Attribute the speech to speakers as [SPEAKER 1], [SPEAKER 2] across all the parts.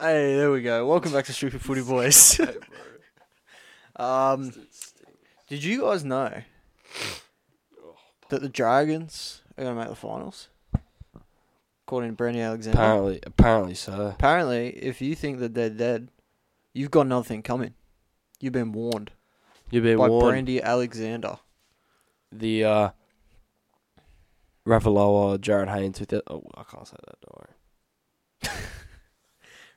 [SPEAKER 1] Hey, there we go. Welcome back to Stupid Footy Boys.
[SPEAKER 2] Hey, bro.
[SPEAKER 1] um,
[SPEAKER 2] Dude, stink.
[SPEAKER 1] did you guys know
[SPEAKER 2] Oh,
[SPEAKER 1] that the Dragons are going to make the finals? According to Brenny Alexander.
[SPEAKER 2] apparently, apparently so.
[SPEAKER 1] Apparently, if you think that they're dead, you've got another thing coming. You've been warned
[SPEAKER 2] You've been
[SPEAKER 1] by
[SPEAKER 2] warned.
[SPEAKER 1] Brandy Alexander.
[SPEAKER 2] the uh, Ravaloa, Jared Haynes. With oh, I can't say that. Don't worry.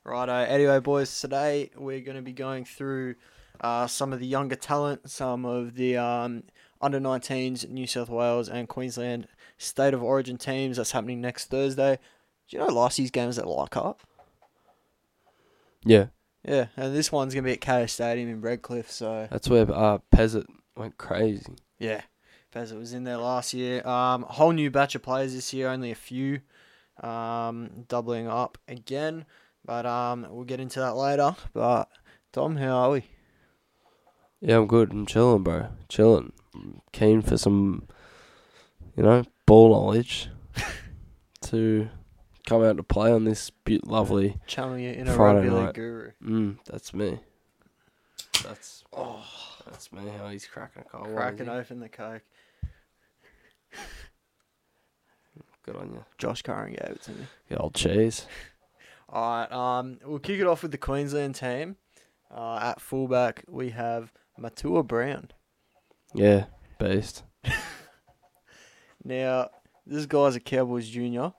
[SPEAKER 1] Righto. Anyway, boys, today we're going to be going through uh, some of the younger talent, some of the um, under 19s, New South Wales and Queensland State of Origin teams. That's happening next Thursday. Do you know last year's game was at Leichhardt?
[SPEAKER 2] Yeah,
[SPEAKER 1] Yeah, and this one's going to be at KO Stadium in Redcliffe, so
[SPEAKER 2] that's where uh, Pezzett went crazy.
[SPEAKER 1] yeah. As it was in there last year. Um, whole new batch of players this year, only a few, um, doubling up again. But um, we'll get into that later. But Tom, how are we?
[SPEAKER 2] Yeah, I'm good. I'm chilling, bro. Chilling. I'm keen for some, you know, ball knowledge to come out to play on this be- lovely.
[SPEAKER 1] Channeling your inner
[SPEAKER 2] Friday
[SPEAKER 1] rugby league
[SPEAKER 2] night.
[SPEAKER 1] guru.
[SPEAKER 2] Mm, that's me. That's that's me. How he's cracking a cold one,
[SPEAKER 1] Cracking
[SPEAKER 2] isn't he?
[SPEAKER 1] open the coke.
[SPEAKER 2] Good on you.
[SPEAKER 1] Josh Curran gave it to me.
[SPEAKER 2] Yeah, old cheese.
[SPEAKER 1] All right, um, we'll kick it off with the Queensland team. Uh, at fullback, we have Matua Brown.
[SPEAKER 2] Yeah, beast.
[SPEAKER 1] Now, this guy's a Cowboys junior.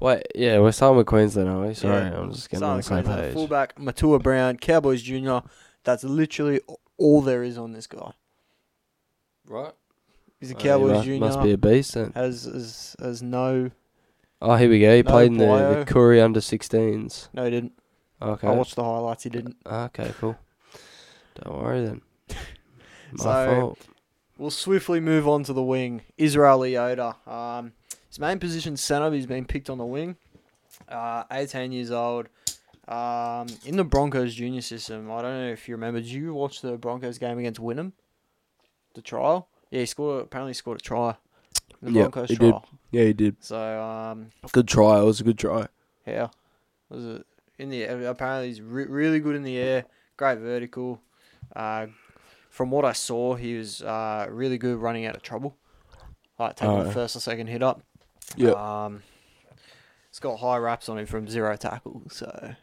[SPEAKER 2] Wait, yeah, we're starting with Queensland, are we? Sorry,
[SPEAKER 1] Yeah.
[SPEAKER 2] I'm just getting
[SPEAKER 1] Starting
[SPEAKER 2] on the same
[SPEAKER 1] Queensland
[SPEAKER 2] page.
[SPEAKER 1] Fullback, Matua Brown, Cowboys junior. That's literally all there is on this guy.
[SPEAKER 2] Right.
[SPEAKER 1] He's a
[SPEAKER 2] The
[SPEAKER 1] Cowboys
[SPEAKER 2] must,
[SPEAKER 1] junior.
[SPEAKER 2] must be a beast then.
[SPEAKER 1] has, has, has no...
[SPEAKER 2] Oh, here we go. He
[SPEAKER 1] No
[SPEAKER 2] played in the,
[SPEAKER 1] bio.
[SPEAKER 2] the Koori under 16s.
[SPEAKER 1] No, he didn't.
[SPEAKER 2] Okay.
[SPEAKER 1] I watched the highlights. He didn't.
[SPEAKER 2] Okay, cool. Don't worry then. My
[SPEAKER 1] So-
[SPEAKER 2] fault.
[SPEAKER 1] We'll swiftly move on to the wing. Israel Leota. Um, his main position centre. but He's been picked on the wing. Uh, 18 years old. Um, in the Broncos junior system. I don't know if you remember. Did you watch the Broncos game against Wynnum? The trial. Yeah, he scored. a- Apparently, scored a try. in The
[SPEAKER 2] Yeah,
[SPEAKER 1] Broncos
[SPEAKER 2] he did.
[SPEAKER 1] trial.
[SPEAKER 2] Yeah, he did.
[SPEAKER 1] So um,
[SPEAKER 2] Good try. It was a good try.
[SPEAKER 1] yeah, was it in the air? Apparently, he's re- really good in the air. Great vertical. Uh, from what I saw, he was uh, really good running out of trouble, like taking the
[SPEAKER 2] Alright.
[SPEAKER 1] first or second hit up.
[SPEAKER 2] Oh. Yep.
[SPEAKER 1] Um, it's got high wraps on him from zero tackle. So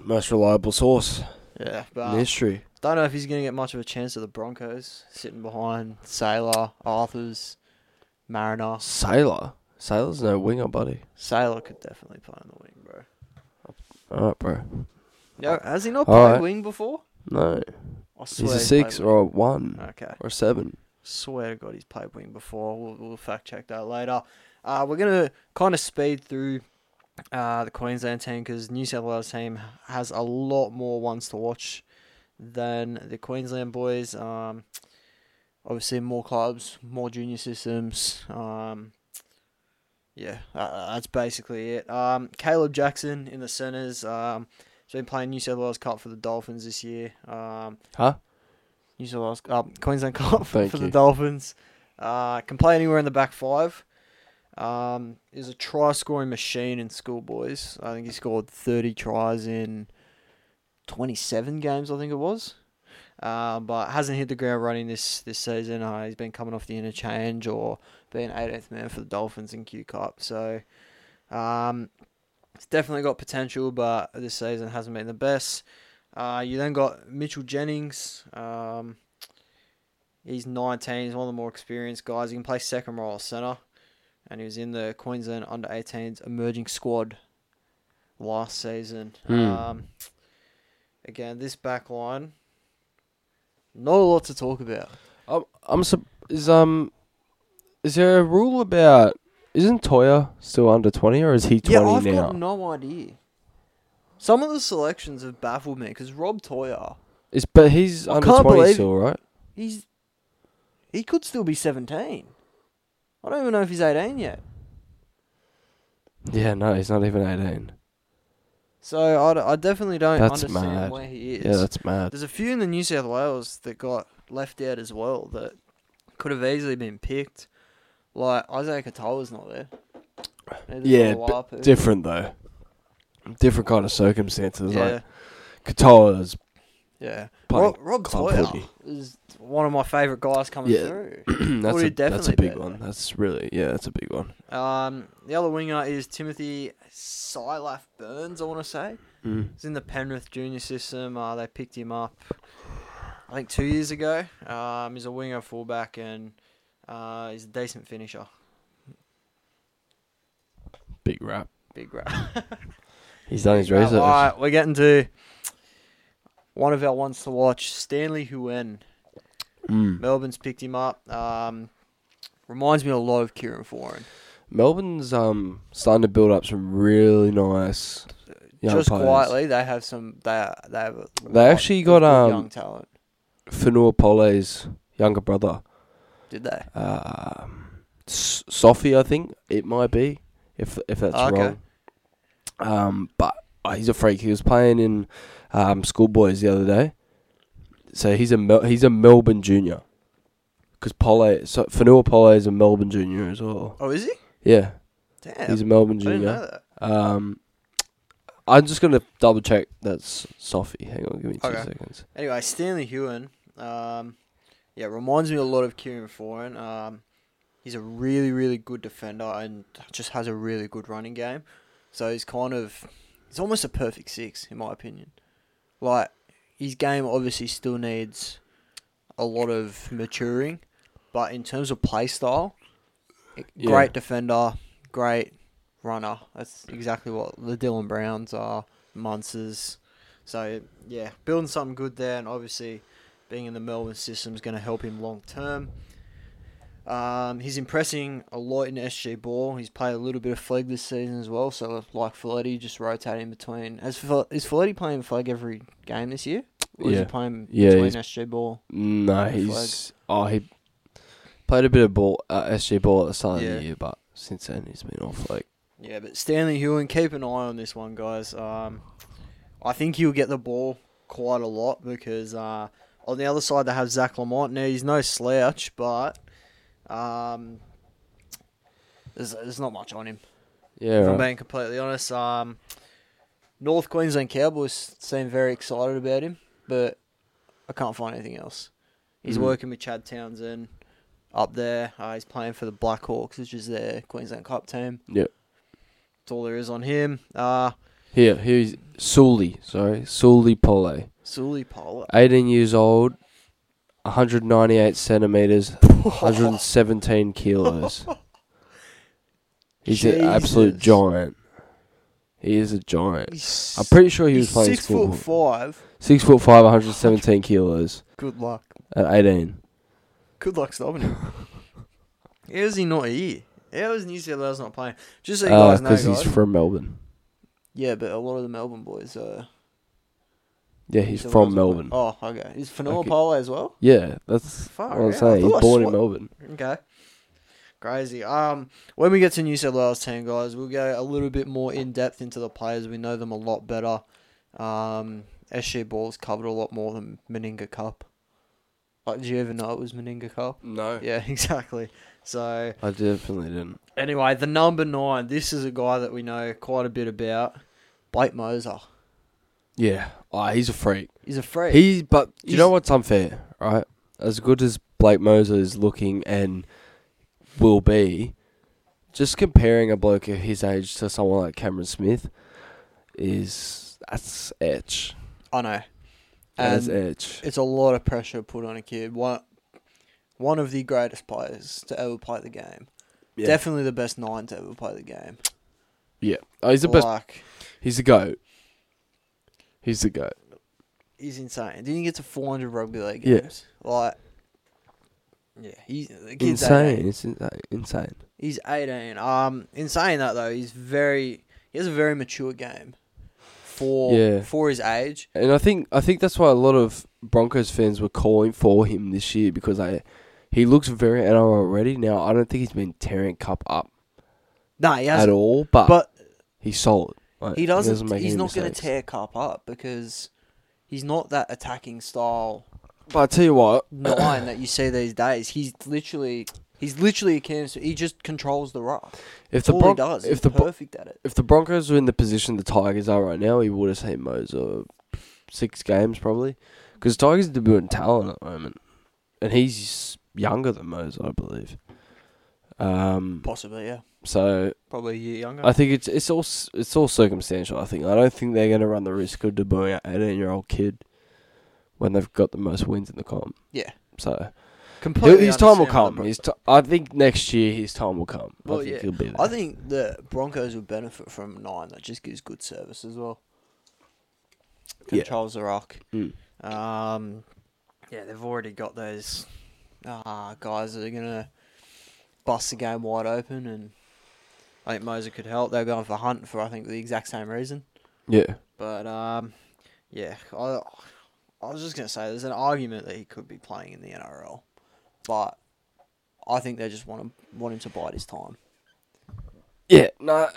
[SPEAKER 2] Most reliable source
[SPEAKER 1] yeah,
[SPEAKER 2] in
[SPEAKER 1] but
[SPEAKER 2] history.
[SPEAKER 1] don't know if he's gonna get much of a chance at the Broncos, sitting behind Sailor, Arthur's, Mariner.
[SPEAKER 2] Sailor. Sailor's no winger, buddy.
[SPEAKER 1] Sailor could definitely play on the wing, bro.
[SPEAKER 2] All right, bro.
[SPEAKER 1] Yeah, has he not played
[SPEAKER 2] Alright.
[SPEAKER 1] wing before?
[SPEAKER 2] No,
[SPEAKER 1] I swear
[SPEAKER 2] he's a
[SPEAKER 1] he played
[SPEAKER 2] six
[SPEAKER 1] wing.
[SPEAKER 2] or a one
[SPEAKER 1] Okay.
[SPEAKER 2] or a seven.
[SPEAKER 1] Swear to God, he's played wing before. We'll, we'll fact check that later. Uh, we're gonna kind of speed through uh, the Queensland team because New South Wales team has a lot more ones to watch than the Queensland boys. Um, obviously, more clubs, more junior systems. Um, yeah, uh, that's basically it. Um, Caleb Jackson in the centres. Um, he's been playing New South Wales Cup for the Dolphins this year. Um,
[SPEAKER 2] Huh?
[SPEAKER 1] New South Wales, uh, Queensland Cup for,
[SPEAKER 2] Thank
[SPEAKER 1] for the
[SPEAKER 2] you.
[SPEAKER 1] Dolphins. Uh, can play anywhere in the back five. Um, is a try scoring machine in schoolboys. I think he scored 30 tries in 27 games, I think it was. Uh, but hasn't hit the ground running this, this season. Uh, he's been coming off the interchange or being 18th man for the Dolphins in Q Cup. So um, it's definitely got potential, but this season hasn't been the best. Uh, you then got Mitchell Jennings. Um, he's 19. He's one of the more experienced guys. He can play second row or centre. And he was in the Queensland under 18s emerging squad last season.
[SPEAKER 2] Hmm.
[SPEAKER 1] Um, again, this back line, not a lot to talk about.
[SPEAKER 2] I'm. I'm. Sub- is um. Is there a rule about? Isn't Toya still under twenty, or is he twenty
[SPEAKER 1] yeah, I've
[SPEAKER 2] now?
[SPEAKER 1] got no idea. Some of the selections have baffled me because Rob Toyer,
[SPEAKER 2] Is but he's
[SPEAKER 1] I
[SPEAKER 2] under
[SPEAKER 1] can't
[SPEAKER 2] twenty
[SPEAKER 1] believe-
[SPEAKER 2] still, right?
[SPEAKER 1] he's he could still be 17. I don't even know if he's 18 yet.
[SPEAKER 2] Yeah, no, he's not even eighteen.
[SPEAKER 1] So I, d- I definitely don't
[SPEAKER 2] That's
[SPEAKER 1] understand
[SPEAKER 2] mad.
[SPEAKER 1] where he is.
[SPEAKER 2] Yeah, that's mad.
[SPEAKER 1] There's a few in the New South Wales that got left out as well that could have easily been picked. Like Isaiah Katoa's not there. Neither's
[SPEAKER 2] Yeah,
[SPEAKER 1] Olawapu.
[SPEAKER 2] Different though. different kind of circumstances.
[SPEAKER 1] yeah,
[SPEAKER 2] Like Katoa's
[SPEAKER 1] yeah.
[SPEAKER 2] playing
[SPEAKER 1] Rob, Rob
[SPEAKER 2] club
[SPEAKER 1] Toyer
[SPEAKER 2] footy.
[SPEAKER 1] is one of my favourite guys coming
[SPEAKER 2] Yeah.
[SPEAKER 1] through.
[SPEAKER 2] that's
[SPEAKER 1] Would
[SPEAKER 2] a,
[SPEAKER 1] have
[SPEAKER 2] that's a
[SPEAKER 1] definitely
[SPEAKER 2] big
[SPEAKER 1] been
[SPEAKER 2] one.
[SPEAKER 1] there.
[SPEAKER 2] That's really yeah, that's a big one.
[SPEAKER 1] Um, the other winger is Timothy Silaf Burns, I want to say.
[SPEAKER 2] Mm.
[SPEAKER 1] He's in the Penrith junior system. Uh, they picked him up, I think, two years ago. Um, he's a winger fullback and uh, he's a decent finisher.
[SPEAKER 2] Big rap.
[SPEAKER 1] Big rap.
[SPEAKER 2] He's done his
[SPEAKER 1] Right,
[SPEAKER 2] research.
[SPEAKER 1] All right, we're getting to one of our ones to watch, Stanley Huen.
[SPEAKER 2] Mm.
[SPEAKER 1] Melbourne's picked him up. Um, reminds me a lot of Kieran Foran.
[SPEAKER 2] Melbourne's um starting to build up some really nice young
[SPEAKER 1] Just
[SPEAKER 2] players.
[SPEAKER 1] quietly, they have some. They they have. A
[SPEAKER 2] They
[SPEAKER 1] lot
[SPEAKER 2] actually
[SPEAKER 1] of
[SPEAKER 2] got,
[SPEAKER 1] good
[SPEAKER 2] um,
[SPEAKER 1] young talent.
[SPEAKER 2] Fanua Pole's younger brother,
[SPEAKER 1] Did they?
[SPEAKER 2] uh, S- Sophie, I think it might be, if if that's
[SPEAKER 1] Okay.
[SPEAKER 2] wrong. Um, but uh, he's a freak. He was playing in um, schoolboys the other day, so he's a Mel- he's a Melbourne junior. Because Pole, so Fanua Pole is a Melbourne junior as well.
[SPEAKER 1] Oh, is he?
[SPEAKER 2] Yeah,
[SPEAKER 1] Damn.
[SPEAKER 2] he's a Melbourne
[SPEAKER 1] I didn't know
[SPEAKER 2] junior.
[SPEAKER 1] that.
[SPEAKER 2] Um, I'm just gonna double check. That's Sophie. Hang on, give me two
[SPEAKER 1] Okay.
[SPEAKER 2] seconds.
[SPEAKER 1] Anyway, Stanley Hewen. Um, yeah, reminds me a lot of Kieran Foran. Um, he's a really, really good defender and just has a really good running game. So he's kind of, he's almost a perfect six in my opinion. Like his game obviously still needs a lot of maturing, but in terms of play style, i-
[SPEAKER 2] Yeah.
[SPEAKER 1] great defender, great runner. That's exactly what the Dylan Browns are, Munsters. So yeah, building something good there, and obviously being in the Melbourne system is going to help him long term. Um, he's impressing a lot in SG ball. He's played a little bit of flag this season as well. So like Folletti, just rotating between. Has Fle- is Folletti playing flag every game this year? Or is
[SPEAKER 2] Yeah.
[SPEAKER 1] he playing
[SPEAKER 2] Yeah,
[SPEAKER 1] between
[SPEAKER 2] he's-
[SPEAKER 1] SG ball?
[SPEAKER 2] No,
[SPEAKER 1] Flag.
[SPEAKER 2] he's oh he played a bit of ball uh, SG ball at the start of
[SPEAKER 1] Yeah.
[SPEAKER 2] the year, but since then he's been off like
[SPEAKER 1] Yeah, but Stanley Hewen, keep an eye on this one, guys. Um, I think he'll get the ball quite a lot because uh, on the other side they have Zach Lamont. Now he's no slouch, but um, there's, there's not much on him.
[SPEAKER 2] yeah.
[SPEAKER 1] if I'm
[SPEAKER 2] right.
[SPEAKER 1] being completely honest. Um, North Queensland Cowboys seem very excited about him, but I can't find anything else. He's
[SPEAKER 2] Mhm.
[SPEAKER 1] working with Chad Townsend up there. Uh, he's playing for the Blackhawks, which is their Queensland Cup team.
[SPEAKER 2] Yep.
[SPEAKER 1] That's all there is on him. Uh,
[SPEAKER 2] Here, here's Sully. Sorry, Sully Pole.
[SPEAKER 1] Suli Pola.
[SPEAKER 2] 18 years old, 198 centimeters, 117 kilos. He's an absolute
[SPEAKER 1] Jesus.
[SPEAKER 2] giant. He is a giant.
[SPEAKER 1] He's,
[SPEAKER 2] I'm pretty sure he was
[SPEAKER 1] he's
[SPEAKER 2] playing
[SPEAKER 1] six
[SPEAKER 2] school.
[SPEAKER 1] foot five.
[SPEAKER 2] Six foot five, 117 kilos
[SPEAKER 1] Good luck.
[SPEAKER 2] at 18.
[SPEAKER 1] Good luck stopping him. How is he not here? How is New Zealanders not playing? Just so you guys know,
[SPEAKER 2] Because
[SPEAKER 1] guys.
[SPEAKER 2] Uh, he's from Melbourne.
[SPEAKER 1] yeah, but a lot of the Melbourne boys are.
[SPEAKER 2] Yeah, he's
[SPEAKER 1] So what
[SPEAKER 2] from
[SPEAKER 1] was it about-
[SPEAKER 2] Melbourne.
[SPEAKER 1] Oh, okay. Is Fanua
[SPEAKER 2] Okay.
[SPEAKER 1] Polo as well?
[SPEAKER 2] Yeah, that's
[SPEAKER 1] Far
[SPEAKER 2] what I'm
[SPEAKER 1] out. I
[SPEAKER 2] saying.
[SPEAKER 1] thought I
[SPEAKER 2] He's born in
[SPEAKER 1] swa-
[SPEAKER 2] Melbourne.
[SPEAKER 1] Okay. Crazy. Um, when we get to New South Wales team, guys, we'll go a little bit more in depth into the players. We know them a lot better. Um, SG Ball's covered a lot more than Meninga Cup. Like, did you ever know it was Meninga Cup?
[SPEAKER 2] No.
[SPEAKER 1] Yeah, exactly. So,
[SPEAKER 2] I definitely didn't.
[SPEAKER 1] anyway, the number nine. This is a guy that we know quite a bit about. Blake Moser.
[SPEAKER 2] Yeah. Oh, he's a freak.
[SPEAKER 1] He's a freak.
[SPEAKER 2] He, but you
[SPEAKER 1] He's-
[SPEAKER 2] know what's unfair, right? As good as Blake Moser is looking and will be, just comparing a bloke of his age to someone like Cameron Smith is that's etch.
[SPEAKER 1] I know.
[SPEAKER 2] That's
[SPEAKER 1] And-
[SPEAKER 2] etch.
[SPEAKER 1] it's a lot of pressure put on a kid. One, one of the greatest players to ever play the game.
[SPEAKER 2] Yeah.
[SPEAKER 1] Definitely the best nine to ever play the game.
[SPEAKER 2] yeah. Oh, he's the best.
[SPEAKER 1] Like,
[SPEAKER 2] He's the goat. He's the goat.
[SPEAKER 1] he's insane. Didn't he get to 400 rugby league
[SPEAKER 2] Yeah.
[SPEAKER 1] games? Like, yeah, he's the kid's eh?
[SPEAKER 2] Insane.
[SPEAKER 1] 18.
[SPEAKER 2] It's insane. Insane.
[SPEAKER 1] He's 18. Um, in saying that though, he's very he has a very mature game for
[SPEAKER 2] Yeah.
[SPEAKER 1] for his age.
[SPEAKER 2] And I think I think that's why a lot of Broncos fans were calling for him this year because I he looks very NRL ready now. I don't think he's been tearing cup up
[SPEAKER 1] No, he
[SPEAKER 2] at
[SPEAKER 1] hasn't.
[SPEAKER 2] all, but,
[SPEAKER 1] But
[SPEAKER 2] he's solid. Like,
[SPEAKER 1] he doesn't.
[SPEAKER 2] make
[SPEAKER 1] he's
[SPEAKER 2] any
[SPEAKER 1] not going to
[SPEAKER 2] mistakes.
[SPEAKER 1] tear Cup up because he's not that attacking style
[SPEAKER 2] But I tell you what,
[SPEAKER 1] nine that you see these days. He's literally He's literally a cancer. He just controls the rock.
[SPEAKER 2] If
[SPEAKER 1] That's
[SPEAKER 2] the
[SPEAKER 1] all
[SPEAKER 2] Bron-
[SPEAKER 1] he does.
[SPEAKER 2] if
[SPEAKER 1] He's
[SPEAKER 2] the Bron-
[SPEAKER 1] perfect at it.
[SPEAKER 2] if the Broncos were in the position the Tigers are right now, he would have seen Mose or six games probably, because Tigers are doing talent at the moment, and he's younger than Mose, I believe. Um,
[SPEAKER 1] Possibly, yeah.
[SPEAKER 2] so
[SPEAKER 1] Probably a year younger.
[SPEAKER 2] I think it's it's all s- it's all circumstantial. I think I don't think they're going to run the risk of debuting an eighteen-year-old kid when they've got the most wins in the comp.
[SPEAKER 1] Yeah.
[SPEAKER 2] So
[SPEAKER 1] Completely
[SPEAKER 2] his time
[SPEAKER 1] understand
[SPEAKER 2] will
[SPEAKER 1] why the
[SPEAKER 2] come.
[SPEAKER 1] Bron-
[SPEAKER 2] His t- I think next year his time will come.
[SPEAKER 1] Well,
[SPEAKER 2] I think
[SPEAKER 1] yeah.
[SPEAKER 2] he'll be there.
[SPEAKER 1] I think the Broncos would benefit from nine. That just gives good service as well.
[SPEAKER 2] Yeah.
[SPEAKER 1] Controls the rock.
[SPEAKER 2] Mm.
[SPEAKER 1] Um, yeah, they've already got those uh, guys that are gonna bust the game wide open, and I think Moser could help. They're going for Hunt for I think the exact same reason.
[SPEAKER 2] yeah.
[SPEAKER 1] But um, yeah, I I was just gonna say there's an argument that he could be playing in the NRL, but I think they just want him want him to bide his time.
[SPEAKER 2] Yeah, no,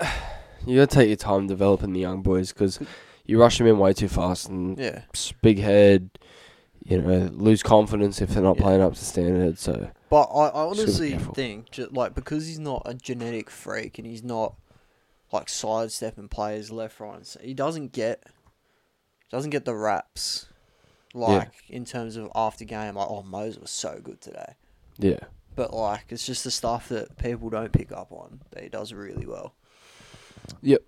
[SPEAKER 2] you gotta take your time developing the young boys because you rush them in way too fast and
[SPEAKER 1] Yeah.
[SPEAKER 2] s- big head, you know, lose confidence if they're not
[SPEAKER 1] Yeah.
[SPEAKER 2] playing up to standard. So
[SPEAKER 1] But I, I
[SPEAKER 2] Super
[SPEAKER 1] honestly
[SPEAKER 2] careful.
[SPEAKER 1] think, ju- like, because he's not a genetic freak and he's not like sidestepping players left, right, and centre, he doesn't get doesn't get the raps like in terms of after game. Like, oh, Moses was so good today,
[SPEAKER 2] yeah,
[SPEAKER 1] but like, it's just the stuff that people don't pick up on that he does really well.
[SPEAKER 2] Yep.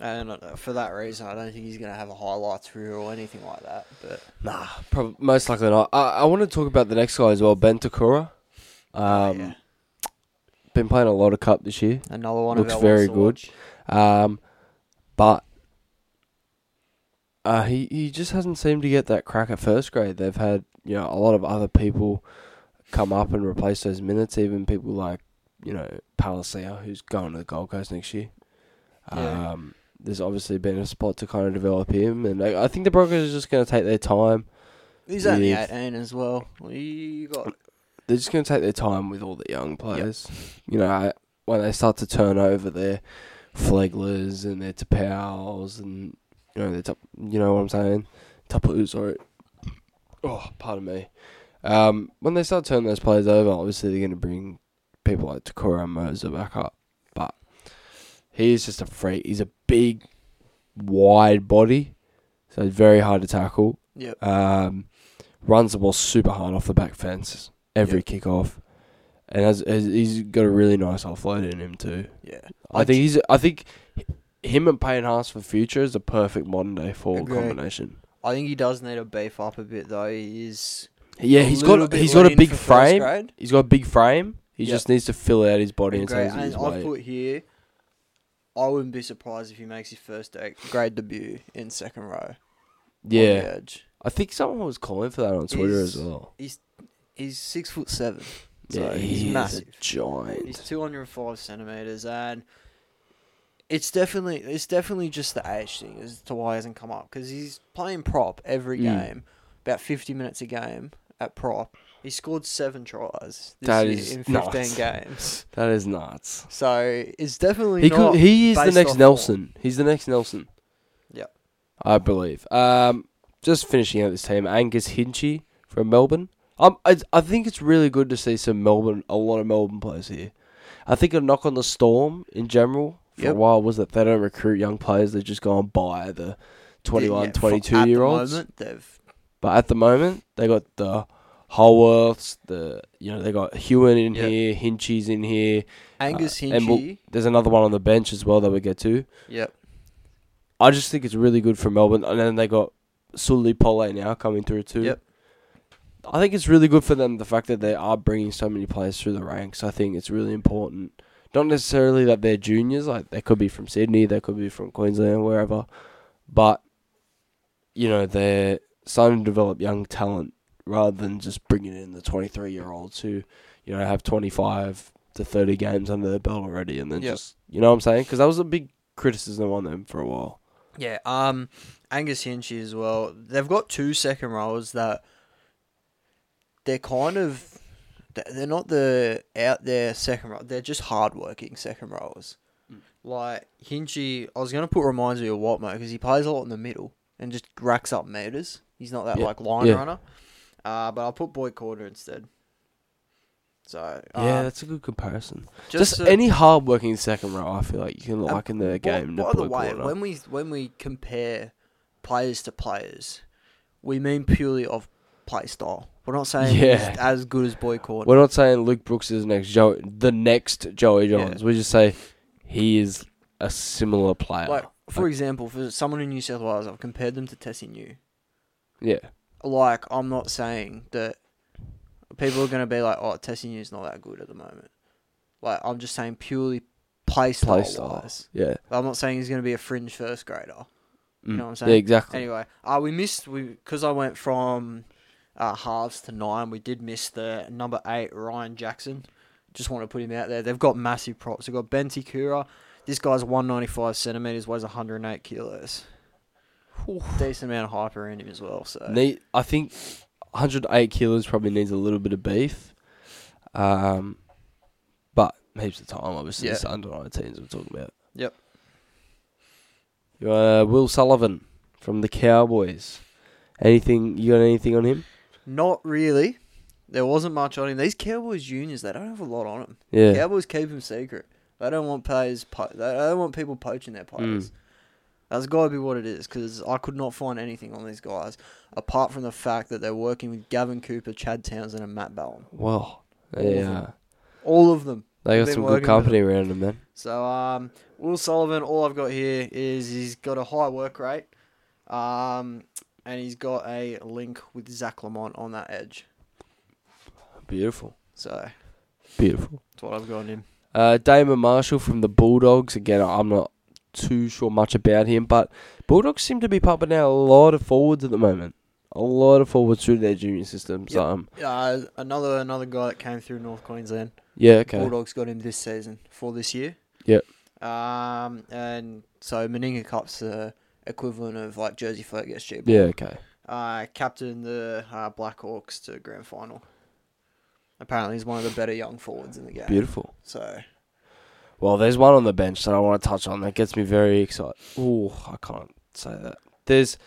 [SPEAKER 1] And uh, for that reason, I don't think he's gonna have a highlights reel or anything like that. But
[SPEAKER 2] nah, prob- most likely not. I I want to talk about the next guy as well, Ben Takura. Um,
[SPEAKER 1] Oh, yeah.
[SPEAKER 2] been playing a lot of cup this year.
[SPEAKER 1] another one
[SPEAKER 2] looks
[SPEAKER 1] of our
[SPEAKER 2] very
[SPEAKER 1] ones to
[SPEAKER 2] good.
[SPEAKER 1] watch.
[SPEAKER 2] Um, but uh, he he just hasn't seemed to get that crack at first grade. They've had you know a lot of other people come up and replace those minutes. Even people like you know Palacio, who's going to the Gold Coast next year.
[SPEAKER 1] Yeah.
[SPEAKER 2] Um, there's obviously been a spot to kind of develop him, and I, I think the Broncos are just going to take their time.
[SPEAKER 1] He's only
[SPEAKER 2] With-
[SPEAKER 1] eighteen as well. You got
[SPEAKER 2] They're just going to take their time with all the young players. You know, I, when they start to turn over their Fleglers and their Tapals and you know their top, you know what I'm saying, Tapoos or oh, pardon me. Um, when they start turning those players over, obviously they're going to bring people like Takura and Moser back up. But he is just a freak. He's a big, wide body, so it's very hard to tackle.
[SPEAKER 1] yep.
[SPEAKER 2] Um, runs the ball super hard off the back fence every
[SPEAKER 1] Yep.
[SPEAKER 2] kick off, and has, has, he's got a really nice offload in him too.
[SPEAKER 1] Yeah.
[SPEAKER 2] I,
[SPEAKER 1] I
[SPEAKER 2] think
[SPEAKER 1] ju-
[SPEAKER 2] he's. I think him and Payne Haas for future is a perfect modern day forward
[SPEAKER 1] Agree.
[SPEAKER 2] combination.
[SPEAKER 1] I think he does need to beef up a bit though. He is
[SPEAKER 2] Yeah,
[SPEAKER 1] a
[SPEAKER 2] he's
[SPEAKER 1] little
[SPEAKER 2] got
[SPEAKER 1] bit
[SPEAKER 2] he's got a
[SPEAKER 1] lean
[SPEAKER 2] big
[SPEAKER 1] for first
[SPEAKER 2] frame.
[SPEAKER 1] grade.
[SPEAKER 2] He's got a big frame. He
[SPEAKER 1] Yep.
[SPEAKER 2] just needs to fill out his body in
[SPEAKER 1] Great.
[SPEAKER 2] terms of
[SPEAKER 1] And
[SPEAKER 2] his
[SPEAKER 1] I
[SPEAKER 2] weight.
[SPEAKER 1] put here, I wouldn't be surprised if he makes his first de- grade debut in second row. on the
[SPEAKER 2] yeah,
[SPEAKER 1] edge.
[SPEAKER 2] I think someone was calling for that on Twitter
[SPEAKER 1] oh, He's-
[SPEAKER 2] as well.
[SPEAKER 1] He's six foot seven. So
[SPEAKER 2] Yeah,
[SPEAKER 1] he's
[SPEAKER 2] he's, a
[SPEAKER 1] massive. He's
[SPEAKER 2] giant.
[SPEAKER 1] two hundred and five centimeters, and it's definitely it's definitely just the age thing as to why he hasn't come up because he's playing prop every
[SPEAKER 2] Mm.
[SPEAKER 1] game, about fifty minutes a game at prop. He scored seven tries this
[SPEAKER 2] That
[SPEAKER 1] year
[SPEAKER 2] is
[SPEAKER 1] in fifteen
[SPEAKER 2] nuts.
[SPEAKER 1] games,
[SPEAKER 2] That is nuts.
[SPEAKER 1] so it's definitely
[SPEAKER 2] He
[SPEAKER 1] not.
[SPEAKER 2] could. He is the
[SPEAKER 1] based
[SPEAKER 2] next
[SPEAKER 1] off
[SPEAKER 2] Nelson. He's the next Nelson.
[SPEAKER 1] Yep.
[SPEAKER 2] I believe. Um, just finishing out this team, Angus Hinchy from Melbourne. Um, I, I think it's really good to see some Melbourne, a lot of Melbourne players here. I think a knock on the storm in general for
[SPEAKER 1] Yep.
[SPEAKER 2] a while was that they don't recruit young players; they just go and buy the 21,
[SPEAKER 1] Yeah, for-
[SPEAKER 2] 22
[SPEAKER 1] at the
[SPEAKER 2] year olds.
[SPEAKER 1] moment, they've
[SPEAKER 2] But at the moment, they got the Holworths, the you know they got Hewen in
[SPEAKER 1] Yep.
[SPEAKER 2] here, Hinchy's in here.
[SPEAKER 1] Angus
[SPEAKER 2] and
[SPEAKER 1] Hinchy.
[SPEAKER 2] we'll- There's another one on the bench as well that we get to.
[SPEAKER 1] yep.
[SPEAKER 2] I just think it's really good for Melbourne, and then they got Sully Pole now coming through too.
[SPEAKER 1] Yep.
[SPEAKER 2] I think it's really good for them the fact that they are bringing so many players through the ranks. I think it's really important. Not necessarily that they're juniors, like they could be from Sydney, they could be from Queensland, wherever, but you know they're starting to develop young talent rather than just bringing in the twenty-three year olds who you know have twenty-five to thirty games under their belt already, and then
[SPEAKER 1] Yep.
[SPEAKER 2] just you know what I'm saying because that was a big criticism on them for a while.
[SPEAKER 1] Yeah, um, Angus Hinchy as well. They've got two second rows that they're kind of th- they're not the out there second row. They're just hardworking second rowers.
[SPEAKER 2] Hmm.
[SPEAKER 1] Like Hinchy, I was gonna put reminds me of Watmo because he plays a lot in the middle and just racks up meters. He's not that
[SPEAKER 2] Yeah,
[SPEAKER 1] like line
[SPEAKER 2] yeah.
[SPEAKER 1] runner. Uh, but I'll put Boyd Corner instead. So uh,
[SPEAKER 2] yeah, that's a good comparison.
[SPEAKER 1] just,
[SPEAKER 2] Just,
[SPEAKER 1] to-
[SPEAKER 2] any hard working second row, I feel like you can
[SPEAKER 1] Um,
[SPEAKER 2] liken the
[SPEAKER 1] By-
[SPEAKER 2] game to
[SPEAKER 1] By
[SPEAKER 2] blue
[SPEAKER 1] the way,
[SPEAKER 2] corner.
[SPEAKER 1] when we when we compare players to players, we mean purely of play style. We're not saying
[SPEAKER 2] Yeah.
[SPEAKER 1] he's as good as Boy Corner.
[SPEAKER 2] We're not saying Luke Brooks is the next Joe, the next Joey
[SPEAKER 1] Yeah.
[SPEAKER 2] Johns. We just say he is a similar player.
[SPEAKER 1] Like for example, for someone in New South Wales, I've compared them to Tessie New.
[SPEAKER 2] yeah,
[SPEAKER 1] Like I'm not saying that people are going to be like, "Oh, Tessie New's not that good at the moment." Like I'm just saying purely play style.
[SPEAKER 2] play style.
[SPEAKER 1] wise.
[SPEAKER 2] Yeah,
[SPEAKER 1] I'm not saying he's going to be a fringe first grader. know
[SPEAKER 2] Mm.
[SPEAKER 1] what I'm
[SPEAKER 2] Yeah,
[SPEAKER 1] saying?
[SPEAKER 2] exactly.
[SPEAKER 1] Anyway, uh, we missed we because I went from uh, halves to nine. We did miss the number eight Ryan Jackson. Just want to put him out there. They've got massive props. They've got Ben Tikura. This guy's 195 centimeters, weighs 108 kilos. Decent amount of hype around him as well. So
[SPEAKER 2] Need, I think 108 kilos probably needs a little bit of beef, um, but heaps of time. Obviously,
[SPEAKER 1] Yeah.
[SPEAKER 2] it's under 19s we're talking about.
[SPEAKER 1] Yep.
[SPEAKER 2] You, Uh, Will Sullivan from the Cowboys. Anything you got? Anything on him?
[SPEAKER 1] not really. There wasn't much on him. These Cowboys juniors, they don't have a lot on them.
[SPEAKER 2] Yeah.
[SPEAKER 1] Cowboys keep them secret. They don't want players. Po- they don't want people poaching their players. That's got to be what it is because I could not find anything on these guys apart from the fact that they're working with Gavin Cooper, Chad Townsend, and Matt Ballon.
[SPEAKER 2] Well,
[SPEAKER 1] All of
[SPEAKER 2] they,
[SPEAKER 1] them.
[SPEAKER 2] uh,
[SPEAKER 1] All of them.
[SPEAKER 2] they
[SPEAKER 1] They've
[SPEAKER 2] got
[SPEAKER 1] been
[SPEAKER 2] some
[SPEAKER 1] working with
[SPEAKER 2] good company around them, man.
[SPEAKER 1] So um, Will Sullivan, all I've got here is he's got a high work rate, um, and he's got a link with Zach Lamont on that edge.
[SPEAKER 2] Beautiful,
[SPEAKER 1] So that's
[SPEAKER 2] beautiful.
[SPEAKER 1] what I've got on him.
[SPEAKER 2] Uh, Damon Marshall from the Bulldogs. Again, I'm not too sure much about him, but Bulldogs seem to be pumping out a lot of forwards at the moment. A lot of forwards through their junior system. So,
[SPEAKER 1] Yep.
[SPEAKER 2] um,
[SPEAKER 1] Uh, another another guy that came through North Queensland.
[SPEAKER 2] yeah, okay.
[SPEAKER 1] Bulldogs got him this season for this year.
[SPEAKER 2] Yep.
[SPEAKER 1] Um, and so Meninga Cup's the equivalent of like Jersey Flag SG. Ball.
[SPEAKER 2] Yeah, okay.
[SPEAKER 1] Uh, captain the uh, Blackhawks to grand final. Apparently, he's one of the better young forwards in the game.
[SPEAKER 2] Beautiful.
[SPEAKER 1] So
[SPEAKER 2] Well, there's one on the bench that I want to touch on that gets me very excited. Ooh, I can't say that. There's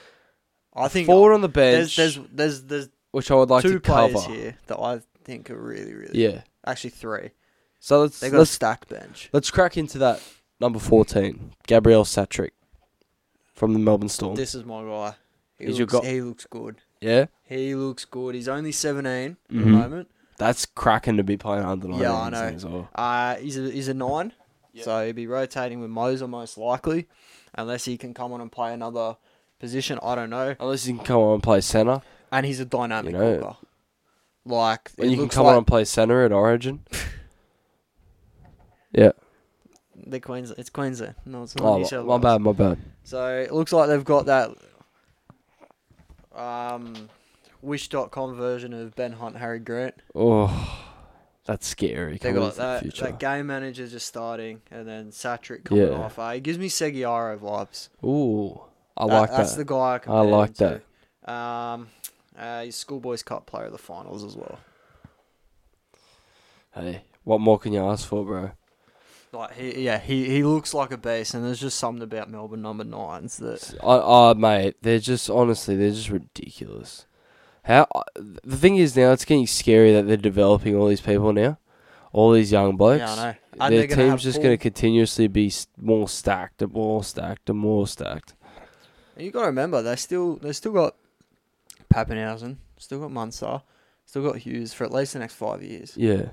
[SPEAKER 1] I think
[SPEAKER 2] forward on the bench,
[SPEAKER 1] there's there's there's there's
[SPEAKER 2] which I would like
[SPEAKER 1] two
[SPEAKER 2] to cover.
[SPEAKER 1] players here that I think are really really
[SPEAKER 2] Yeah.
[SPEAKER 1] actually three.
[SPEAKER 2] So let's
[SPEAKER 1] They got a
[SPEAKER 2] let's
[SPEAKER 1] stacked bench.
[SPEAKER 2] Let's crack into that number 14, Gabriel Satrick from the Melbourne Storm.
[SPEAKER 1] This is my guy. He
[SPEAKER 2] Is
[SPEAKER 1] looks,
[SPEAKER 2] your guy-
[SPEAKER 1] he looks good.
[SPEAKER 2] yeah?
[SPEAKER 1] He looks good. He's only 17 at the
[SPEAKER 2] Mhm.
[SPEAKER 1] moment.
[SPEAKER 2] That's cracking to be playing under
[SPEAKER 1] Yeah, I
[SPEAKER 2] 19s
[SPEAKER 1] know.
[SPEAKER 2] as well.
[SPEAKER 1] Uh, he's a, he's a nine, so he'll be rotating with Moser most likely, unless he can come on and play another position. I don't know.
[SPEAKER 2] Unless you can come on and play centre.
[SPEAKER 1] And he's a dynamic
[SPEAKER 2] You know,
[SPEAKER 1] hooker. Like
[SPEAKER 2] And
[SPEAKER 1] it
[SPEAKER 2] you can
[SPEAKER 1] looks
[SPEAKER 2] come on
[SPEAKER 1] like
[SPEAKER 2] and play centre at Origin. yeah.
[SPEAKER 1] the Queensland. It's Queensland. No, it's not
[SPEAKER 2] Oh,
[SPEAKER 1] New South
[SPEAKER 2] my
[SPEAKER 1] Wales.
[SPEAKER 2] bad, my bad.
[SPEAKER 1] So it looks like they've got that um, wish.com version of Ben Hunt, Harry Grant.
[SPEAKER 2] Oh, that's scary.
[SPEAKER 1] They
[SPEAKER 2] coming
[SPEAKER 1] got
[SPEAKER 2] into
[SPEAKER 1] that,
[SPEAKER 2] the
[SPEAKER 1] that
[SPEAKER 2] future.
[SPEAKER 1] game manager just starting, and then Satric coming
[SPEAKER 2] Yeah.
[SPEAKER 1] off. Uh, it gives me Seguiaro vibes.
[SPEAKER 2] Ooh, I
[SPEAKER 1] That-
[SPEAKER 2] like that.
[SPEAKER 1] That's the guy I compared
[SPEAKER 2] like
[SPEAKER 1] him to. Um, uh, he's schoolboys cup player of the finals as well.
[SPEAKER 2] Hey, what more can you ask for, bro?
[SPEAKER 1] Like he, yeah, he, he looks like a beast, and there's just something about Melbourne number nines that
[SPEAKER 2] I, I, mate, they're just honestly, they're just ridiculous. How uh, the thing is now, it's getting scary that they're developing all these people now, all these young blokes.
[SPEAKER 1] yeah, I know. And
[SPEAKER 2] Their
[SPEAKER 1] they're gonna have
[SPEAKER 2] team's just
[SPEAKER 1] Paul-
[SPEAKER 2] going to continuously be s- more stacked and more stacked and more stacked.
[SPEAKER 1] And you got to remember, they still they still got Pappenhausen, still got Munster, still got Hughes for at least the next five years.
[SPEAKER 2] Yeah,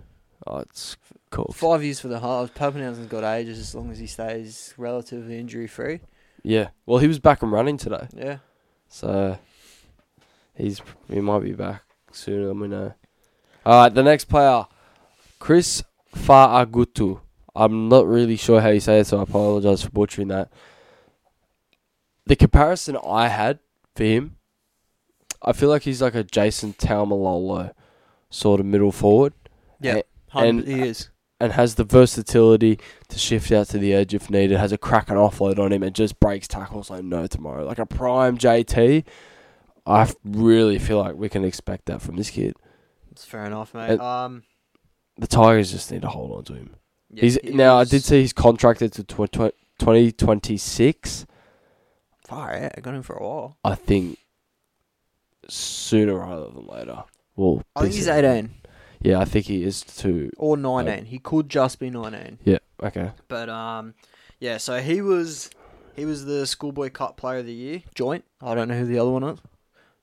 [SPEAKER 2] oh, it's cool.
[SPEAKER 1] Five years for the halves. Pappenhausen's got ages as long as he stays relatively injury free.
[SPEAKER 2] Yeah, well, he was back and running today,
[SPEAKER 1] Yeah.
[SPEAKER 2] so he's he might be back sooner than we know. All right, the next player, Chris Faagutu. I'm not really sure how you say it, so I apologize for butchering that. The comparison I had for him, I feel like he's like a Jason Taumalolo sort of middle forward
[SPEAKER 1] Yeah.
[SPEAKER 2] A-
[SPEAKER 1] And
[SPEAKER 2] and- uh,
[SPEAKER 1] he is.
[SPEAKER 2] and has the versatility to shift out to the edge if needed, has a cracking offload on him and just breaks tackles like no tomorrow. Like a prime JT, I f- really feel like we can expect that from this kid.
[SPEAKER 1] It's fair enough, mate.
[SPEAKER 2] And-
[SPEAKER 1] Um,
[SPEAKER 2] The Tigers just need to hold on to him.
[SPEAKER 1] yeah,
[SPEAKER 2] he's
[SPEAKER 1] he
[SPEAKER 2] Now,
[SPEAKER 1] was-
[SPEAKER 2] I did see he's contracted to tw- tw- 2026.
[SPEAKER 1] Far out. I got him for a while.
[SPEAKER 2] I think sooner rather than later. Well,
[SPEAKER 1] I think
[SPEAKER 2] this
[SPEAKER 1] he's
[SPEAKER 2] is-
[SPEAKER 1] 18.
[SPEAKER 2] Yeah, I think he is too.
[SPEAKER 1] or 19. he could just be 19.
[SPEAKER 2] Yeah. Okay.
[SPEAKER 1] But um, yeah. So he was he was the schoolboy cup player of the year joint. I don't know who the other one is,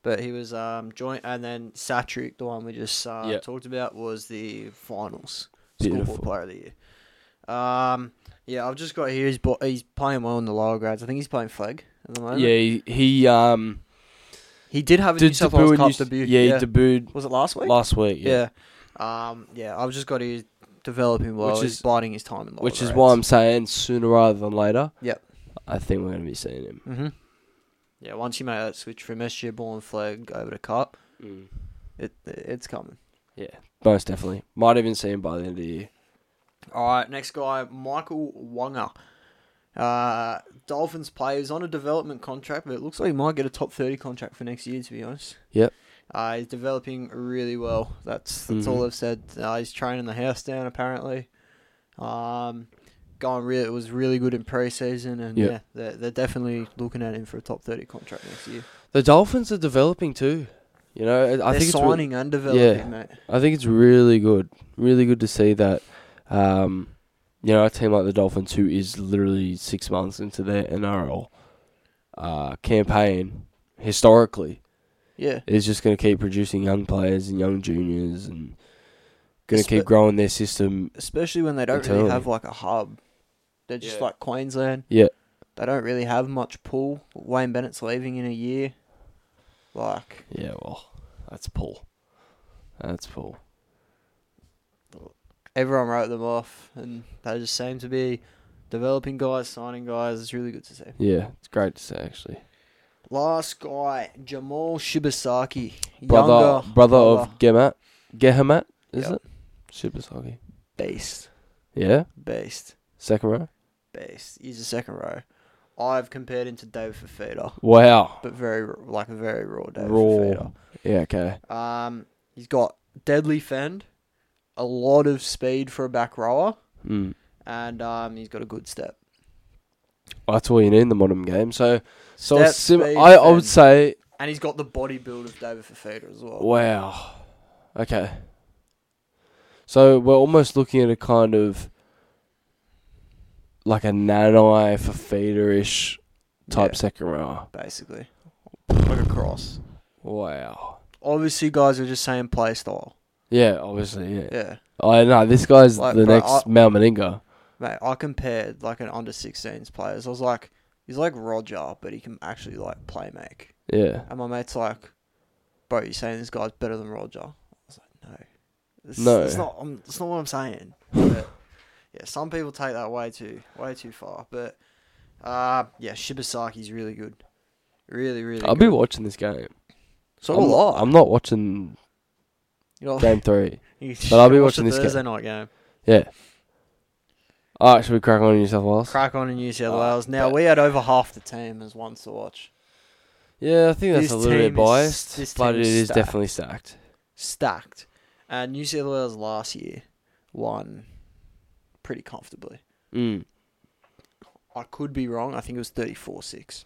[SPEAKER 1] but he was um joint. And then Satrick, the one we just uh,
[SPEAKER 2] Yeah.
[SPEAKER 1] talked about, was the finals schoolboy
[SPEAKER 2] Beautiful.
[SPEAKER 1] player of the year. Um, yeah. I've just got here. He's bo- he's playing well in the lower grades. I think he's playing flag at the moment.
[SPEAKER 2] Yeah, he, he um
[SPEAKER 1] He did have a New
[SPEAKER 2] did
[SPEAKER 1] South
[SPEAKER 2] debut.
[SPEAKER 1] Wales
[SPEAKER 2] in
[SPEAKER 1] Cup
[SPEAKER 2] New-
[SPEAKER 1] debut.
[SPEAKER 2] yeah, he debuted
[SPEAKER 1] was it last week?
[SPEAKER 2] last week. Yeah.
[SPEAKER 1] yeah. Um, yeah. I've just got his developing well.
[SPEAKER 2] Which
[SPEAKER 1] he's
[SPEAKER 2] is-
[SPEAKER 1] biding his time in lower
[SPEAKER 2] Which is
[SPEAKER 1] grades.
[SPEAKER 2] why I'm saying sooner rather than later.
[SPEAKER 1] Yep.
[SPEAKER 2] I think we're going to be seeing him.
[SPEAKER 1] Mm-hmm. Yeah, once you make that switch from SG ball and flag over to cup, it it's coming.
[SPEAKER 2] Mm. Most definitely. Might even see him by the end of the year.
[SPEAKER 1] All right, next guy, Michael Wonga. Uh, Dolphins player is on a development contract, but it looks like he might get a top thirty contract for next year. To be honest,
[SPEAKER 2] Yep.
[SPEAKER 1] uh, he's developing really well. That's that's all
[SPEAKER 2] Mhm.
[SPEAKER 1] I've said. Uh, he's training the house down apparently. Um, going really, it was really good in preseason, and
[SPEAKER 2] Yep.
[SPEAKER 1] yeah, they're, they're definitely looking at him for a top thirty contract next year.
[SPEAKER 2] The Dolphins are developing too. You know, I
[SPEAKER 1] they're
[SPEAKER 2] think it's re-
[SPEAKER 1] signing and developing,
[SPEAKER 2] yeah.
[SPEAKER 1] mate.
[SPEAKER 2] I think it's really good, really good to see that. Um, you know, a team like the Dolphins, who is literally six months into their NRL uh, campaign, historically,
[SPEAKER 1] Yeah.
[SPEAKER 2] is just going to keep producing young players and young juniors, and going to
[SPEAKER 1] Espe-
[SPEAKER 2] keep growing their system.
[SPEAKER 1] especially when they don't really
[SPEAKER 2] Totally.
[SPEAKER 1] have like a hub. They're just
[SPEAKER 2] Yeah.
[SPEAKER 1] like Queensland.
[SPEAKER 2] Yeah.
[SPEAKER 1] They don't really have much pull. Wayne Bennett's leaving in a year. Like,
[SPEAKER 2] Yeah, well, that's Paul. That's Paul.
[SPEAKER 1] everyone wrote them off, and they just seem to be developing guys, signing guys. It's really good to see.
[SPEAKER 2] Yeah, it's great to see actually.
[SPEAKER 1] Last guy, Jamal Shibasaki.
[SPEAKER 2] Brother,
[SPEAKER 1] younger
[SPEAKER 2] brother of Gemat, Gehamat, is
[SPEAKER 1] Yep.
[SPEAKER 2] it? Super soggy.
[SPEAKER 1] Beast.
[SPEAKER 2] Yeah,
[SPEAKER 1] Beast.
[SPEAKER 2] second row.
[SPEAKER 1] Beast. He's a second row. I've compared him to David Fafita,
[SPEAKER 2] Wow.
[SPEAKER 1] but very, like a very raw David Fafita.
[SPEAKER 2] Raw. Yeah. Okay.
[SPEAKER 1] Um, he's got deadly fend, a lot of speed for a back rower,
[SPEAKER 2] Mm.
[SPEAKER 1] and um, he's got a good step.
[SPEAKER 2] That's all you need in the modern game. So, so
[SPEAKER 1] Step,
[SPEAKER 2] a sim-
[SPEAKER 1] speed,
[SPEAKER 2] I, I would
[SPEAKER 1] fend.
[SPEAKER 2] say,
[SPEAKER 1] And he's got the body build of David Fafita as well.
[SPEAKER 2] wow. Okay. So we're almost looking at a kind of like a Nanai for feeder ish type
[SPEAKER 1] Yeah,
[SPEAKER 2] second row.
[SPEAKER 1] basically. Like a cross.
[SPEAKER 2] Wow.
[SPEAKER 1] Obviously, guys are just saying play style.
[SPEAKER 2] Yeah, obviously, yeah.
[SPEAKER 1] Yeah.
[SPEAKER 2] I know this guy's
[SPEAKER 1] Like,
[SPEAKER 2] the
[SPEAKER 1] bro,
[SPEAKER 2] next
[SPEAKER 1] I-
[SPEAKER 2] Mal Meninga.
[SPEAKER 1] Mate, I compared like an under 16s players. I was like, he's like Roger, but he can actually like play make.
[SPEAKER 2] Yeah.
[SPEAKER 1] And my mate's like, bro, you're saying this guy's better than Roger? I was like, no. It's,
[SPEAKER 2] No.
[SPEAKER 1] It's not, I'm, it's not what I'm saying. But, yeah, some people take that way too, way too far. But, uh, yeah, Shibasaki's really good. Really, really
[SPEAKER 2] I'll
[SPEAKER 1] good.
[SPEAKER 2] be watching this game.
[SPEAKER 1] So
[SPEAKER 2] I'm,
[SPEAKER 1] will I.
[SPEAKER 2] I'm not watching
[SPEAKER 1] You know,
[SPEAKER 2] game three.
[SPEAKER 1] you should
[SPEAKER 2] I'll be
[SPEAKER 1] watch
[SPEAKER 2] watching
[SPEAKER 1] the
[SPEAKER 2] this game.
[SPEAKER 1] Thursday night game.
[SPEAKER 2] Yeah. Alright, should we crack on in New South Wales?
[SPEAKER 1] Crack on in New South
[SPEAKER 2] Oh,
[SPEAKER 1] Wales. Now,
[SPEAKER 2] but-
[SPEAKER 1] we had over half the team as ones to watch.
[SPEAKER 2] Yeah, I think that's
[SPEAKER 1] This
[SPEAKER 2] a little
[SPEAKER 1] team
[SPEAKER 2] bit
[SPEAKER 1] is-
[SPEAKER 2] biased,
[SPEAKER 1] this
[SPEAKER 2] but
[SPEAKER 1] team
[SPEAKER 2] it
[SPEAKER 1] is
[SPEAKER 2] is
[SPEAKER 1] stacked.
[SPEAKER 2] definitely stacked.
[SPEAKER 1] Stacked. And New South Wales last year won pretty comfortably.
[SPEAKER 2] Mm.
[SPEAKER 1] I could be wrong. I think it was 34 6.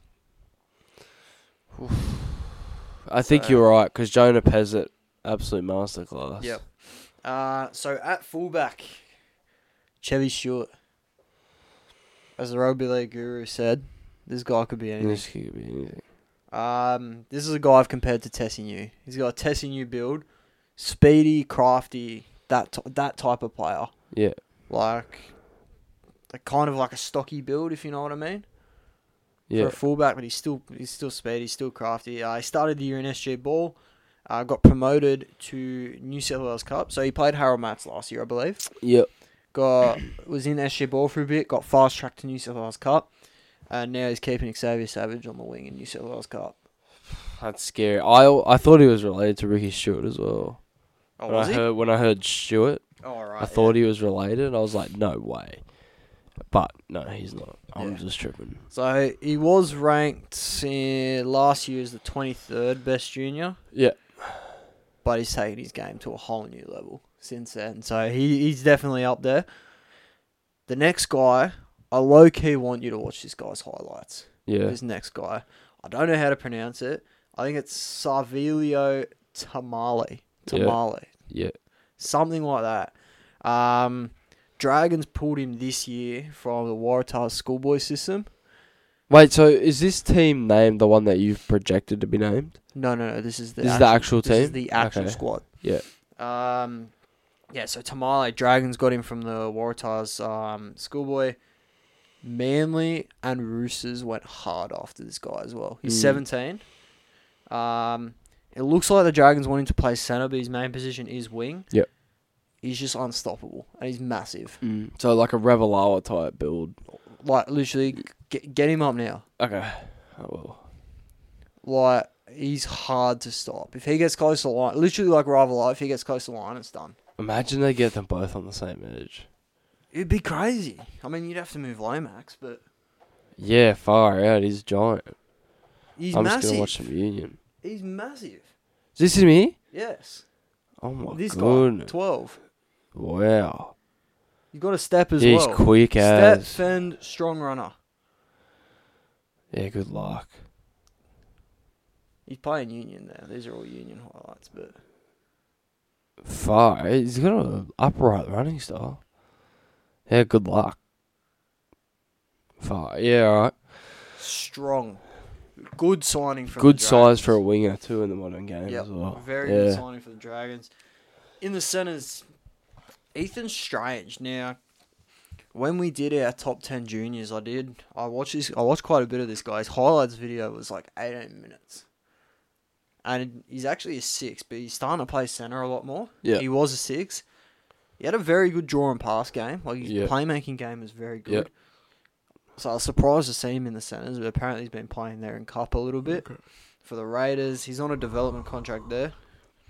[SPEAKER 2] I think
[SPEAKER 1] So-
[SPEAKER 2] you're right because Jonah Pezzett, absolute masterclass.
[SPEAKER 1] Yep. Uh, so at fullback, Chevy Stewart, as the rugby league guru said, this guy could be anything.
[SPEAKER 2] This could be anything.
[SPEAKER 1] Um, this is a guy I've compared to Tessie New. He's got a Tessie New build, speedy, crafty, that t- that type of player.
[SPEAKER 2] Yeah.
[SPEAKER 1] Like, like kind of like a stocky build, if you know what I mean. for
[SPEAKER 2] Yeah.
[SPEAKER 1] a fullback, but he's still he's still speed, he's still crafty. Uh, he started the year in SG Ball, uh, got promoted to New South Wales Cup, so he played Harold Matts last year, I believe.
[SPEAKER 2] Yep.
[SPEAKER 1] Got was in SG Ball for a bit, got fast tracked to New South Wales Cup, and now he's keeping Xavier Savage on the wing in New South Wales Cup.
[SPEAKER 2] That's scary. I I thought he was related to Ricky Stewart as well.
[SPEAKER 1] Oh,
[SPEAKER 2] when I heard when I heard Stewart,
[SPEAKER 1] Oh, all right.
[SPEAKER 2] I thought he was related. and I was like, no way. But no, he's not. I'm
[SPEAKER 1] Yeah.
[SPEAKER 2] just tripping.
[SPEAKER 1] So he was ranked in last year as the 23rd best junior.
[SPEAKER 2] Yeah.
[SPEAKER 1] but he's taken his game to a whole new level since then. So he, he's definitely up there. The next guy, I low key want you to watch this guy's highlights.
[SPEAKER 2] Yeah.
[SPEAKER 1] This next guy, I don't know how to pronounce it. I think it's Savilio Tamale.
[SPEAKER 2] Yeah.
[SPEAKER 1] Tamale.
[SPEAKER 2] Yeah.
[SPEAKER 1] something like that. Um, Dragons pulled him this year from the Waratahs schoolboy system.
[SPEAKER 2] Wait, so is this team named the one that you've projected to be named?
[SPEAKER 1] No, no, no. This is the
[SPEAKER 2] this is the actual team.
[SPEAKER 1] This is the actual
[SPEAKER 2] Okay.
[SPEAKER 1] squad.
[SPEAKER 2] Yeah.
[SPEAKER 1] Um, yeah. So Tamale Dragons got him from the Waratahs um, schoolboy. Manly and Roosters went hard after this guy as well. He's
[SPEAKER 2] Mm.
[SPEAKER 1] 17. Um, it looks like the Dragons want him to play centre, but his main position is wing.
[SPEAKER 2] Yep.
[SPEAKER 1] He's just unstoppable and he's massive.
[SPEAKER 2] Mm, so like a Revelawa type build.
[SPEAKER 1] Like literally, get, get him up now.
[SPEAKER 2] Okay. Oh well.
[SPEAKER 1] Like he's hard to stop. If he gets close to the line, literally like rival, if he gets close to the line, it's done.
[SPEAKER 2] Imagine they get them both on the same edge.
[SPEAKER 1] It'd be crazy. I mean, you'd have to move Lomax, but
[SPEAKER 2] Yeah, far out. He's giant.
[SPEAKER 1] he's
[SPEAKER 2] I'm
[SPEAKER 1] massive.
[SPEAKER 2] just gonna watch some union.
[SPEAKER 1] He's massive.
[SPEAKER 2] Is this is me?
[SPEAKER 1] Yes.
[SPEAKER 2] Oh my
[SPEAKER 1] this guy,
[SPEAKER 2] goodness!
[SPEAKER 1] 12.
[SPEAKER 2] Wow.
[SPEAKER 1] You've got to step as
[SPEAKER 2] He's
[SPEAKER 1] well.
[SPEAKER 2] quick
[SPEAKER 1] Step,
[SPEAKER 2] as.
[SPEAKER 1] fend, strong runner.
[SPEAKER 2] Yeah. Good luck.
[SPEAKER 1] He's playing union there. These are all union highlights, but
[SPEAKER 2] Far. He's got an upright running style. Yeah. Good luck. Far. Yeah. All right.
[SPEAKER 1] strong. Good signing for
[SPEAKER 2] good
[SPEAKER 1] the
[SPEAKER 2] size
[SPEAKER 1] Dragons.
[SPEAKER 2] for a winger too in the modern game
[SPEAKER 1] Yep.
[SPEAKER 2] as well.
[SPEAKER 1] Very
[SPEAKER 2] yeah.
[SPEAKER 1] good signing for the Dragons. In the centres, Ethan Strange. Now, when we did our top ten juniors, I did. I watched this. I watched quite a bit of this guy's highlights video. Was like eighteen minutes, and he's actually a six, but he's starting to play centre a lot more.
[SPEAKER 2] Yeah.
[SPEAKER 1] he was a six. He had a very good draw and pass game. Like his
[SPEAKER 2] Yeah.
[SPEAKER 1] playmaking game was very good.
[SPEAKER 2] Yeah.
[SPEAKER 1] So I was surprised to see him in the centres, but apparently he's been playing there in cup a little bit for the Raiders. He's on a development contract there.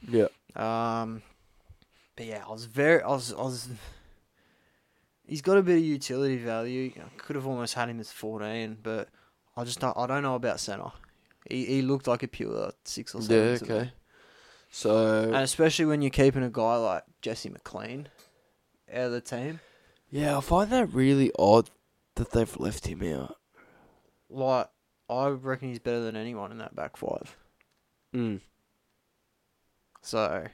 [SPEAKER 2] Yeah.
[SPEAKER 1] Um, but yeah, I was very, I was, I was. He's got a bit of utility value. I could have almost had him as fourteen, but I just don't, I don't know about center. He he looked like a pure six or
[SPEAKER 2] Yeah.
[SPEAKER 1] seven. to me.
[SPEAKER 2] Okay. So
[SPEAKER 1] And especially when you're keeping a guy like Jesse McLean out of the team,
[SPEAKER 2] yeah, I find that really odd that they've left him out.
[SPEAKER 1] like I reckon he's better than anyone in that back five.
[SPEAKER 2] Mm.
[SPEAKER 1] So.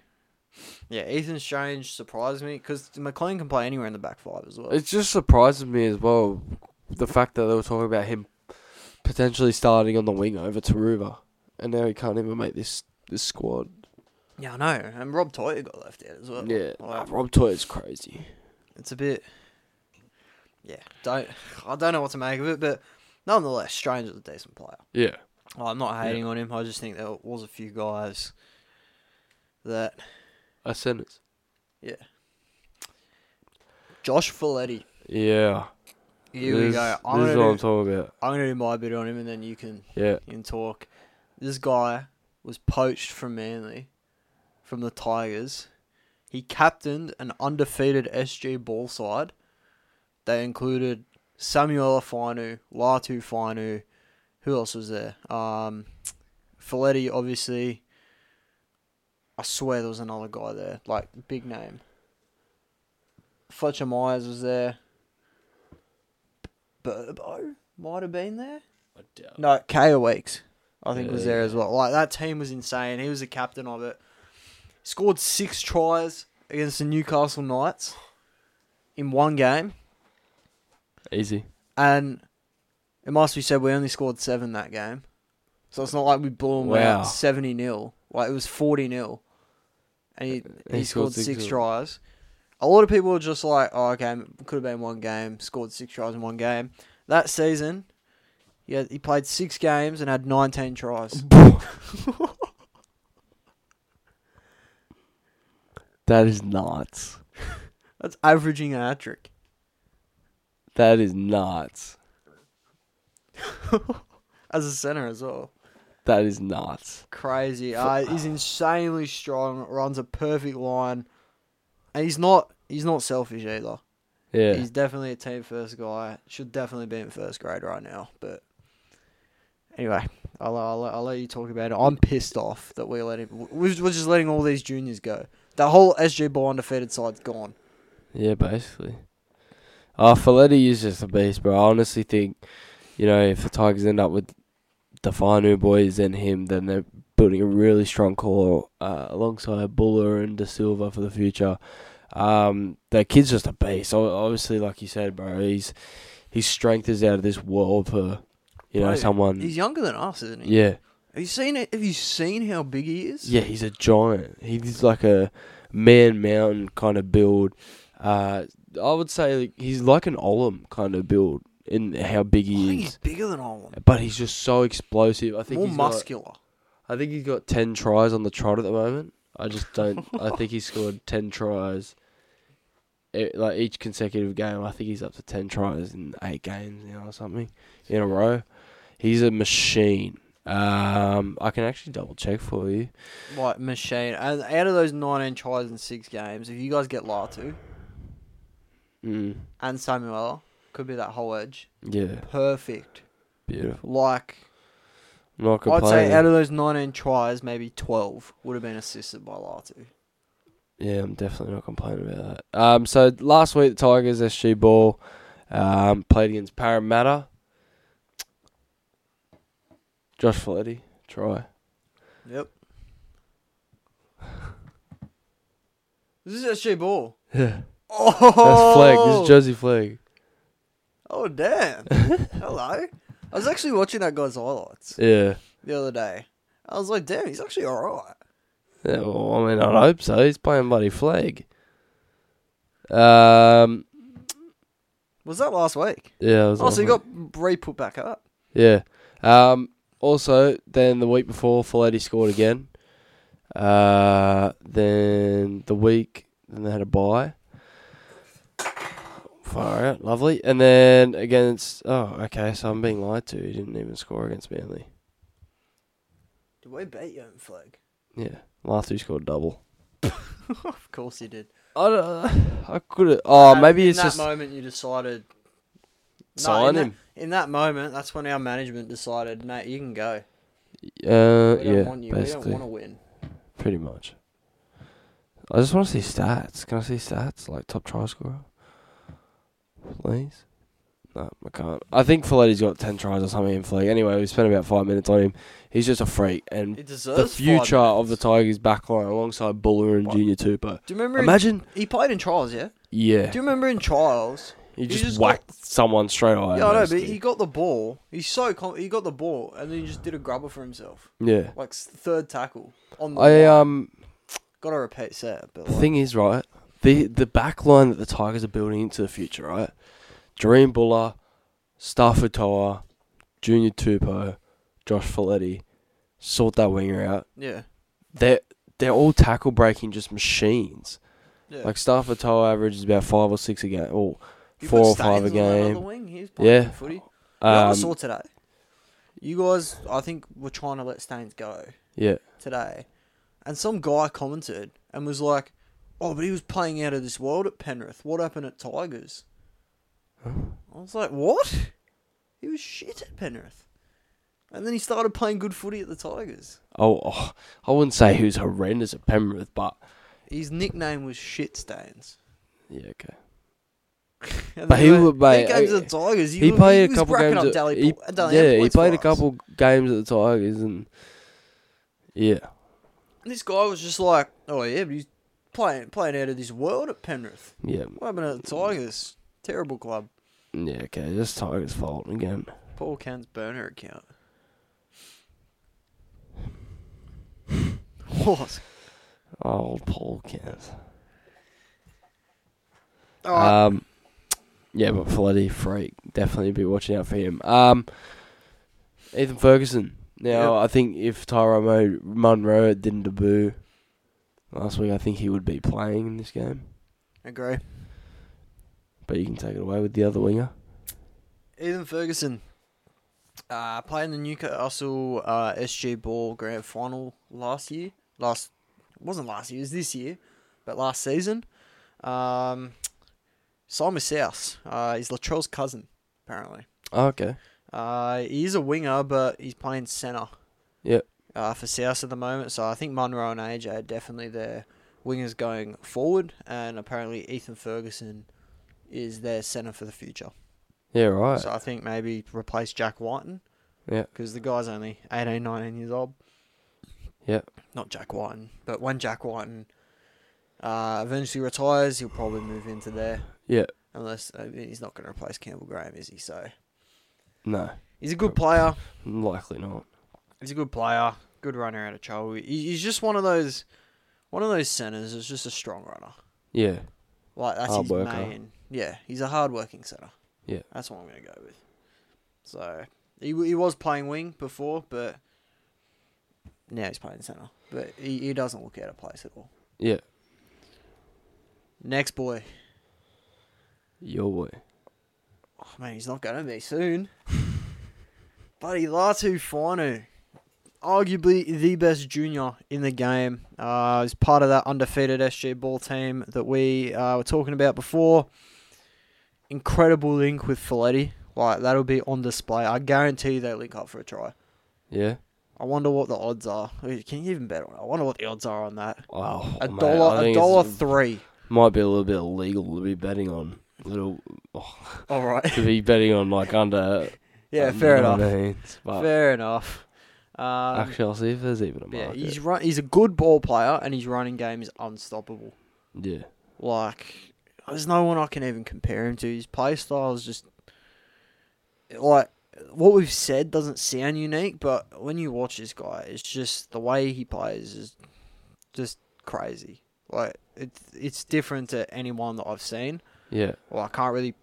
[SPEAKER 1] Yeah, Ethan Strange surprised me because McLean can play anywhere in the back five as well.
[SPEAKER 2] It just surprises me as well the fact that they were talking about him potentially starting on the wing over Taruva, and now he can't even make this this squad.
[SPEAKER 1] Yeah, I know. And Rob Toyer got left out as well.
[SPEAKER 2] Yeah,
[SPEAKER 1] Like,
[SPEAKER 2] Rob Toy is crazy.
[SPEAKER 1] it's a bit. Yeah, don't. I don't know what to make of it, but nonetheless, Strange is a decent player.
[SPEAKER 2] Yeah.
[SPEAKER 1] I'm not hating on him. I just think there was a few guys that
[SPEAKER 2] A sentence.
[SPEAKER 1] Josh Folletti.
[SPEAKER 2] Yeah.
[SPEAKER 1] Here
[SPEAKER 2] this,
[SPEAKER 1] we go. I'm gonna,
[SPEAKER 2] this is what I'm
[SPEAKER 1] do,
[SPEAKER 2] talking about.
[SPEAKER 1] I'm gonna do my bit on him, and then you can
[SPEAKER 2] Yeah.
[SPEAKER 1] you can talk. This guy was poached from Manly, from the Tigers. He captained an undefeated SG ball side. They included Samuel Finu, Latu Finu. Who else was there? Um, Folletti, obviously. I swear there was another guy there, like big name. Fletcher Myers was there. Burbo might have been there.
[SPEAKER 2] I doubt.
[SPEAKER 1] No, Kaya Weeks, I think, was
[SPEAKER 2] Yeah.
[SPEAKER 1] there as well. Like that team was insane. He was the captain of it. Scored six tries against the Newcastle Knights in one game,
[SPEAKER 2] Easy.
[SPEAKER 1] and it must be said we only scored seven that game. So it's not like we blew him
[SPEAKER 2] Wow.
[SPEAKER 1] out seventy 0 Like it was forty 0 and he, he,
[SPEAKER 2] He
[SPEAKER 1] scored
[SPEAKER 2] scored
[SPEAKER 1] six
[SPEAKER 2] six-
[SPEAKER 1] tries. A lot of people were just like, "Oh, okay, could have been one game. Scored six tries in one game." That season, he had, he played six games and had nineteen tries.
[SPEAKER 2] That is nuts.
[SPEAKER 1] That's averaging a hat trick.
[SPEAKER 2] That is nuts.
[SPEAKER 1] As a center as well.
[SPEAKER 2] That is nuts.
[SPEAKER 1] Crazy. Uh, he's insanely strong, runs a perfect line. And he's not he's not selfish either.
[SPEAKER 2] Yeah.
[SPEAKER 1] He's definitely a team first guy. Should definitely be in first grade right now, but anyway, I'll, I'll, I'll let you talk about it. I'm pissed off that we let him we're, we're just letting all these juniors go. The whole SG ball undefeated side's gone.
[SPEAKER 2] yeah, basically. Uh, Folletti is just a beast, bro. I honestly think, you know, if the Tigers end up with the Fanu boys and him, then they're building a really strong core uh, alongside Buller and De Silva for the future. Um, that kid's just a beast. O- Obviously, like you said, bro, he's his strength is out of this world for you know
[SPEAKER 1] Bro,
[SPEAKER 2] someone.
[SPEAKER 1] He's younger than us, isn't he?
[SPEAKER 2] Mm. yeah,
[SPEAKER 1] Have you seen it? Have you seen how big he is?
[SPEAKER 2] yeah, he's a giant. He's like a man mountain kind of build. Uh, I would say like, he's like an Olam kind of build in how big
[SPEAKER 1] I think
[SPEAKER 2] he
[SPEAKER 1] he's
[SPEAKER 2] is.
[SPEAKER 1] bigger than Olam.
[SPEAKER 2] But he's just so explosive. I think
[SPEAKER 1] More
[SPEAKER 2] he's got-
[SPEAKER 1] muscular.
[SPEAKER 2] I think he's got ten tries on the trot at the moment. I just don't. I think he scored ten tries, e- like each consecutive game. I think he's up to ten tries in eight games now or something in a row. He's a machine. Um, I can actually double check for you.
[SPEAKER 1] Like machine. And out of those 19 tries in six games, if you guys get Latu
[SPEAKER 2] Mm,
[SPEAKER 1] and Samuel, could be that whole edge.
[SPEAKER 2] yeah,
[SPEAKER 1] Perfect.
[SPEAKER 2] beautiful.
[SPEAKER 1] Like
[SPEAKER 2] I'm not
[SPEAKER 1] I'd
[SPEAKER 2] complaining.
[SPEAKER 1] say out of those 19 tries, maybe 12 would have been assisted by Latu.
[SPEAKER 2] Yeah, I'm definitely not complaining about that. Um, so last week the Tigers SG ball um, played against Parramatta. Josh Folletti, try.
[SPEAKER 1] Yep. this is SG Ball.
[SPEAKER 2] Yeah,
[SPEAKER 1] Oh,
[SPEAKER 2] that's Flag. This is Josie Flag.
[SPEAKER 1] Oh damn! Hello. I was actually watching that guy's highlights
[SPEAKER 2] Yeah.
[SPEAKER 1] the other day. I was like, damn, he's actually all right.
[SPEAKER 2] yeah well, I mean, I'd hope so. He's playing bloody Flag. Um.
[SPEAKER 1] Was that last week?
[SPEAKER 2] Yeah. it was
[SPEAKER 1] Oh, so he
[SPEAKER 2] awful.
[SPEAKER 1] got re put back up.
[SPEAKER 2] Yeah. Um, also, then the week before, Folletti scored again. Uh, then the week, then they had a bye. Far out, lovely. And then against, oh, okay, so I'm being lied to. He didn't even score against Manly.
[SPEAKER 1] Did we beat you in flag?
[SPEAKER 2] Yeah, Lathu scored double.
[SPEAKER 1] of course he did.
[SPEAKER 2] I don't, I could. Oh,
[SPEAKER 1] That-
[SPEAKER 2] maybe
[SPEAKER 1] in
[SPEAKER 2] it's
[SPEAKER 1] that
[SPEAKER 2] just
[SPEAKER 1] moment you decided. No, in
[SPEAKER 2] sign him.
[SPEAKER 1] That, in that moment, that's when our management decided, Nate, you can go.
[SPEAKER 2] Uh,
[SPEAKER 1] We don't
[SPEAKER 2] yeah,
[SPEAKER 1] want you. We
[SPEAKER 2] basically,
[SPEAKER 1] don't want to win.
[SPEAKER 2] pretty much. I just want to see stats. Can I see stats like top try scorer? Please. No, I can't. I think Folletti's got ten tries or something in flag. Anyway, we spent about five minutes on him. He's just a freak, and
[SPEAKER 1] It
[SPEAKER 2] the
[SPEAKER 1] deserves five
[SPEAKER 2] future of the
[SPEAKER 1] minutes.
[SPEAKER 2] Tigers backline alongside Buller and
[SPEAKER 1] What?
[SPEAKER 2] Junior Tupper.
[SPEAKER 1] Do you remember? in-
[SPEAKER 2] Imagine,
[SPEAKER 1] he played in trials, yeah.
[SPEAKER 2] yeah,
[SPEAKER 1] Do you remember in trials?
[SPEAKER 2] you
[SPEAKER 1] you
[SPEAKER 2] just,
[SPEAKER 1] just
[SPEAKER 2] whacked someone straight away.
[SPEAKER 1] yeah, I know, but
[SPEAKER 2] basically.
[SPEAKER 1] he got the ball. He's so com- he got the ball, and then he just did a grubber for himself,
[SPEAKER 2] yeah.
[SPEAKER 1] like s- third tackle on the.
[SPEAKER 2] I
[SPEAKER 1] line.
[SPEAKER 2] um,
[SPEAKER 1] got to repeat set, but
[SPEAKER 2] The
[SPEAKER 1] like,
[SPEAKER 2] thing is, right, the the back line that the Tigers are building into the future, right? Dream Buller, Stafford Toa, Junior Tupo, Josh Folletti, sort that winger out.
[SPEAKER 1] yeah,
[SPEAKER 2] They're they're all tackle breaking just machines.
[SPEAKER 1] yeah.
[SPEAKER 2] Like Stafford Toa averages about five or six a game, or
[SPEAKER 1] You
[SPEAKER 2] four
[SPEAKER 1] put
[SPEAKER 2] or five a
[SPEAKER 1] Staines on that other
[SPEAKER 2] game.
[SPEAKER 1] wing, he was playing
[SPEAKER 2] Yeah.
[SPEAKER 1] footy. yeah, I saw
[SPEAKER 2] Um,
[SPEAKER 1] today. You guys, I think, were trying to let Staines go
[SPEAKER 2] yeah,
[SPEAKER 1] today, and some guy commented and was like, "Oh, but he was playing out of this world at Penrith. What happened at Tigers?" I was like, "What? He was shit at Penrith." And then he started playing good footy at the Tigers.
[SPEAKER 2] oh, oh, I wouldn't say he was horrendous at Penrith, but
[SPEAKER 1] His nickname was Shit Stains.
[SPEAKER 2] yeah, okay.
[SPEAKER 1] And
[SPEAKER 2] But
[SPEAKER 1] then
[SPEAKER 2] he
[SPEAKER 1] when-
[SPEAKER 2] would- mate,
[SPEAKER 1] He came to
[SPEAKER 2] uh,
[SPEAKER 1] the Tigers. He,
[SPEAKER 2] he
[SPEAKER 1] wa-
[SPEAKER 2] played
[SPEAKER 1] he
[SPEAKER 2] a
[SPEAKER 1] was
[SPEAKER 2] couple
[SPEAKER 1] racking
[SPEAKER 2] games.
[SPEAKER 1] Up
[SPEAKER 2] At,
[SPEAKER 1] daily
[SPEAKER 2] he,
[SPEAKER 1] po- daily
[SPEAKER 2] yeah, he
[SPEAKER 1] points
[SPEAKER 2] played a
[SPEAKER 1] uh, for us.
[SPEAKER 2] couple games at the Tigers, and yeah,
[SPEAKER 1] And this guy was just like, "Oh yeah, but he's playing playing out of this world at Penrith.
[SPEAKER 2] yeah,
[SPEAKER 1] What happened at the Tigers? Terrible club.
[SPEAKER 2] yeah. Okay, that's Tigers' fault again.
[SPEAKER 1] Paul Cairns burner account." What?
[SPEAKER 2] Old Paul Cairns.
[SPEAKER 1] Oh,
[SPEAKER 2] Um, yeah, but Floody freak definitely be watching out for him. Um, Ethan Ferguson. Now I think if Tyrone Mo- Munro didn't debut last week, I think he would be playing in this game.
[SPEAKER 1] agree.
[SPEAKER 2] But you can take it away with the other winger.
[SPEAKER 1] Ethan Ferguson uh, playing the Newcastle uh, SG Ball Grand Final last year. Last it wasn't last year, it was this year, but last season. Um, Simon South uh, is Latrell's cousin, apparently.
[SPEAKER 2] Oh, okay.
[SPEAKER 1] Uh, he is a winger, but he's playing centre.
[SPEAKER 2] Yep.
[SPEAKER 1] Uh, for South at the moment, so I think Munro and AJ are definitely their wingers going forward, and apparently Ethan Ferguson is their centre for the future.
[SPEAKER 2] Yeah. Right.
[SPEAKER 1] So I think maybe replace Jack Whiten
[SPEAKER 2] yeah.
[SPEAKER 1] because the guy's only 18, 19 years old.
[SPEAKER 2] Yeah.
[SPEAKER 1] Not Jack Whiten, but when Jack Whiten uh, eventually retires, he'll probably move into there.
[SPEAKER 2] Yeah.
[SPEAKER 1] Unless I mean, he's not going to replace Campbell Graham, is he? So
[SPEAKER 2] No,
[SPEAKER 1] he's a good player.
[SPEAKER 2] likely not.
[SPEAKER 1] He's a good player, good runner out of trouble. He- He's just one of those, one of those centers that's just a strong runner.
[SPEAKER 2] Yeah,
[SPEAKER 1] Like that's
[SPEAKER 2] Hard
[SPEAKER 1] his
[SPEAKER 2] worker.
[SPEAKER 1] main. Yeah, he's a hard-working center.
[SPEAKER 2] Yeah.
[SPEAKER 1] that's what I'm going to go with. So he w- he was playing wing before, but now he's playing center. But he, he doesn't look out of place at all.
[SPEAKER 2] yeah.
[SPEAKER 1] Next boy,
[SPEAKER 2] Your boy.
[SPEAKER 1] oh, man, he's not going to be soon. Buddy Latu Finu, arguably the best junior in the game. Uh, he's part of that undefeated SG Ball team that we uh, were talking about before. Incredible link with Folletti. Like that'll be on display. I guarantee you they link up for a try.
[SPEAKER 2] Yeah.
[SPEAKER 1] I wonder what the odds are. Can you even bet on it? I wonder what the odds are on that.
[SPEAKER 2] Wow.
[SPEAKER 1] A
[SPEAKER 2] mate, Oh, I
[SPEAKER 1] dollar, a
[SPEAKER 2] think
[SPEAKER 1] dollar
[SPEAKER 2] it's-
[SPEAKER 1] three.
[SPEAKER 2] might be a little bit illegal to be betting on. Little oh,
[SPEAKER 1] All right.
[SPEAKER 2] to be betting on like under.
[SPEAKER 1] yeah,
[SPEAKER 2] under
[SPEAKER 1] fair enough.
[SPEAKER 2] 19s, but
[SPEAKER 1] Fair enough. Um,
[SPEAKER 2] actually, I'll see if there's even a
[SPEAKER 1] Yeah,
[SPEAKER 2] market.
[SPEAKER 1] he's run. He's a good ball player, and his running game is unstoppable.
[SPEAKER 2] Yeah.
[SPEAKER 1] Like, there's no one I can even compare him to. His play style is just like what we've said doesn't sound unique, but when you watch this guy, it's just the way he plays is just crazy. Like, it's it's different to anyone that I've seen.
[SPEAKER 2] Yeah.
[SPEAKER 1] Well, I can't really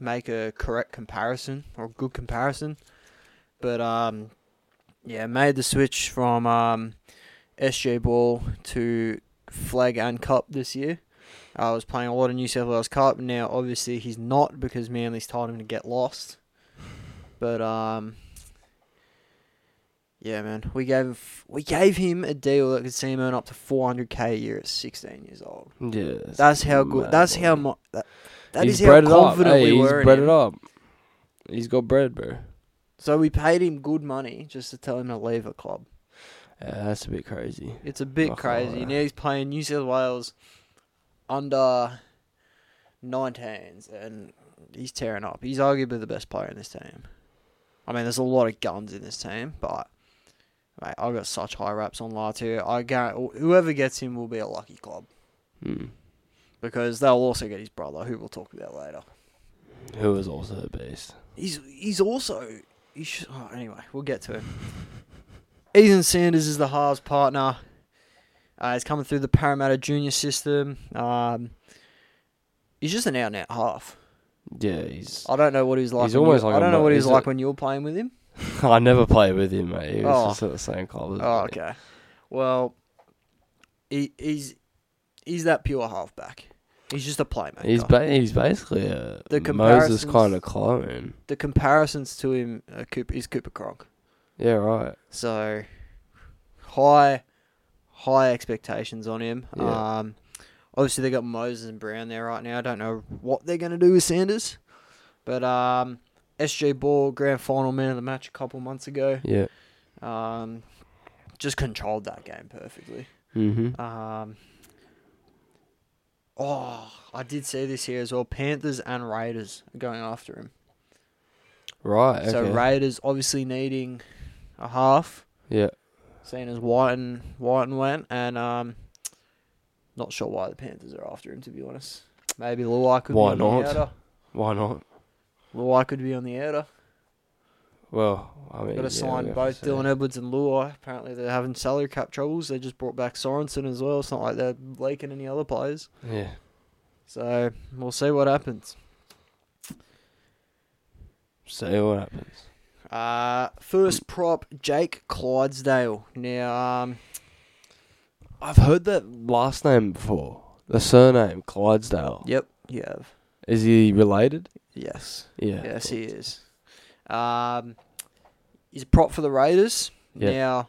[SPEAKER 1] make a correct comparison or a good comparison, but um, yeah, made the switch from um, SJ Ball to Flag and Cup this year. I was playing a lot of New South Wales Cup. Now, obviously, he's not because Manly's told him to get lost. But um, yeah, man, we gave we gave him a deal that could see him earn up to 400k a year at 16 years old.
[SPEAKER 2] Yeah.
[SPEAKER 1] That's how good.
[SPEAKER 2] mad
[SPEAKER 1] That's
[SPEAKER 2] one.
[SPEAKER 1] how mu- that, that is
[SPEAKER 2] he's
[SPEAKER 1] how
[SPEAKER 2] bred it up.
[SPEAKER 1] confident
[SPEAKER 2] Hey,
[SPEAKER 1] we
[SPEAKER 2] he's
[SPEAKER 1] were. in
[SPEAKER 2] bred
[SPEAKER 1] him.
[SPEAKER 2] it up. He's got bread, bro.
[SPEAKER 1] So we paid him good money just to tell him to leave a club.
[SPEAKER 2] Yeah, that's a bit crazy.
[SPEAKER 1] It's a bit
[SPEAKER 2] Oh,
[SPEAKER 1] crazy.
[SPEAKER 2] yeah.
[SPEAKER 1] Now he's playing New South Wales under 19s, and he's tearing up. He's arguably the best player in this team. I mean, there's a lot of guns in this team, but mate, I've got such high raps on Latu. I guarantee whoever gets him will be a lucky club
[SPEAKER 2] Mm.
[SPEAKER 1] because they'll also get his brother, who we'll talk about later.
[SPEAKER 2] Who is also a beast.
[SPEAKER 1] He's he's also he should, oh, anyway. We'll get to him. Ethan Sanders is the halves partner. Uh, he's coming through the Parramatta junior system. Um, he's just an out and out half.
[SPEAKER 2] Yeah, he's.
[SPEAKER 1] I don't know what he was like.
[SPEAKER 2] He's
[SPEAKER 1] when
[SPEAKER 2] almost
[SPEAKER 1] you-
[SPEAKER 2] like
[SPEAKER 1] I
[SPEAKER 2] a
[SPEAKER 1] don't know
[SPEAKER 2] mo-
[SPEAKER 1] what he was
[SPEAKER 2] he's a-
[SPEAKER 1] like when you were playing with him.
[SPEAKER 2] I never played with him, mate. He was
[SPEAKER 1] Oh.
[SPEAKER 2] just at the same club. as
[SPEAKER 1] Oh,
[SPEAKER 2] me.
[SPEAKER 1] okay. Well, he, he's he's that pure halfback. He's just a playmaker.
[SPEAKER 2] He's ba- he's basically a
[SPEAKER 1] The
[SPEAKER 2] Moses
[SPEAKER 1] comparisons-
[SPEAKER 2] kind of clone.
[SPEAKER 1] the comparisons to him uh, Cooper, is Cooper Cronk.
[SPEAKER 2] Yeah, right.
[SPEAKER 1] So high, high expectations on him.
[SPEAKER 2] Yeah.
[SPEAKER 1] Um, obviously they got Moses and Brown there right now. I don't know what they're going to do with Sanders, but um, SJ Ball grand final man of the match a couple months ago.
[SPEAKER 2] Yeah.
[SPEAKER 1] Um, just controlled that game perfectly.
[SPEAKER 2] Mm-hmm.
[SPEAKER 1] Um, oh, I did see this here as well. Panthers and Raiders are going after him.
[SPEAKER 2] Right. Okay.
[SPEAKER 1] So Raiders obviously needing a half.
[SPEAKER 2] Yeah.
[SPEAKER 1] seeing as Whiten Whiten went, and um, not sure why the Panthers are after him to be honest. Maybe Luai could
[SPEAKER 2] Why
[SPEAKER 1] be on
[SPEAKER 2] not?
[SPEAKER 1] the outer.
[SPEAKER 2] Why not?
[SPEAKER 1] Luai could be on the outer.
[SPEAKER 2] Well, I mean,
[SPEAKER 1] Got
[SPEAKER 2] yeah,
[SPEAKER 1] to sign
[SPEAKER 2] we have
[SPEAKER 1] both
[SPEAKER 2] to see.
[SPEAKER 1] Dylan Edwards and Luai. Apparently they're having salary cap troubles. They just brought back Sorensen as well. It's not like they're leaking any other players.
[SPEAKER 2] Yeah.
[SPEAKER 1] So we'll see what happens.
[SPEAKER 2] See what happens.
[SPEAKER 1] Uh, first prop Jake Clydesdale. Now um,
[SPEAKER 2] I've heard that last name before. The surname Clydesdale.
[SPEAKER 1] yep, you have
[SPEAKER 2] Is he related?
[SPEAKER 1] yes.
[SPEAKER 2] Yeah.
[SPEAKER 1] Yes, he is. Um, he's a prop for the Raiders.
[SPEAKER 2] Yeah.
[SPEAKER 1] Now,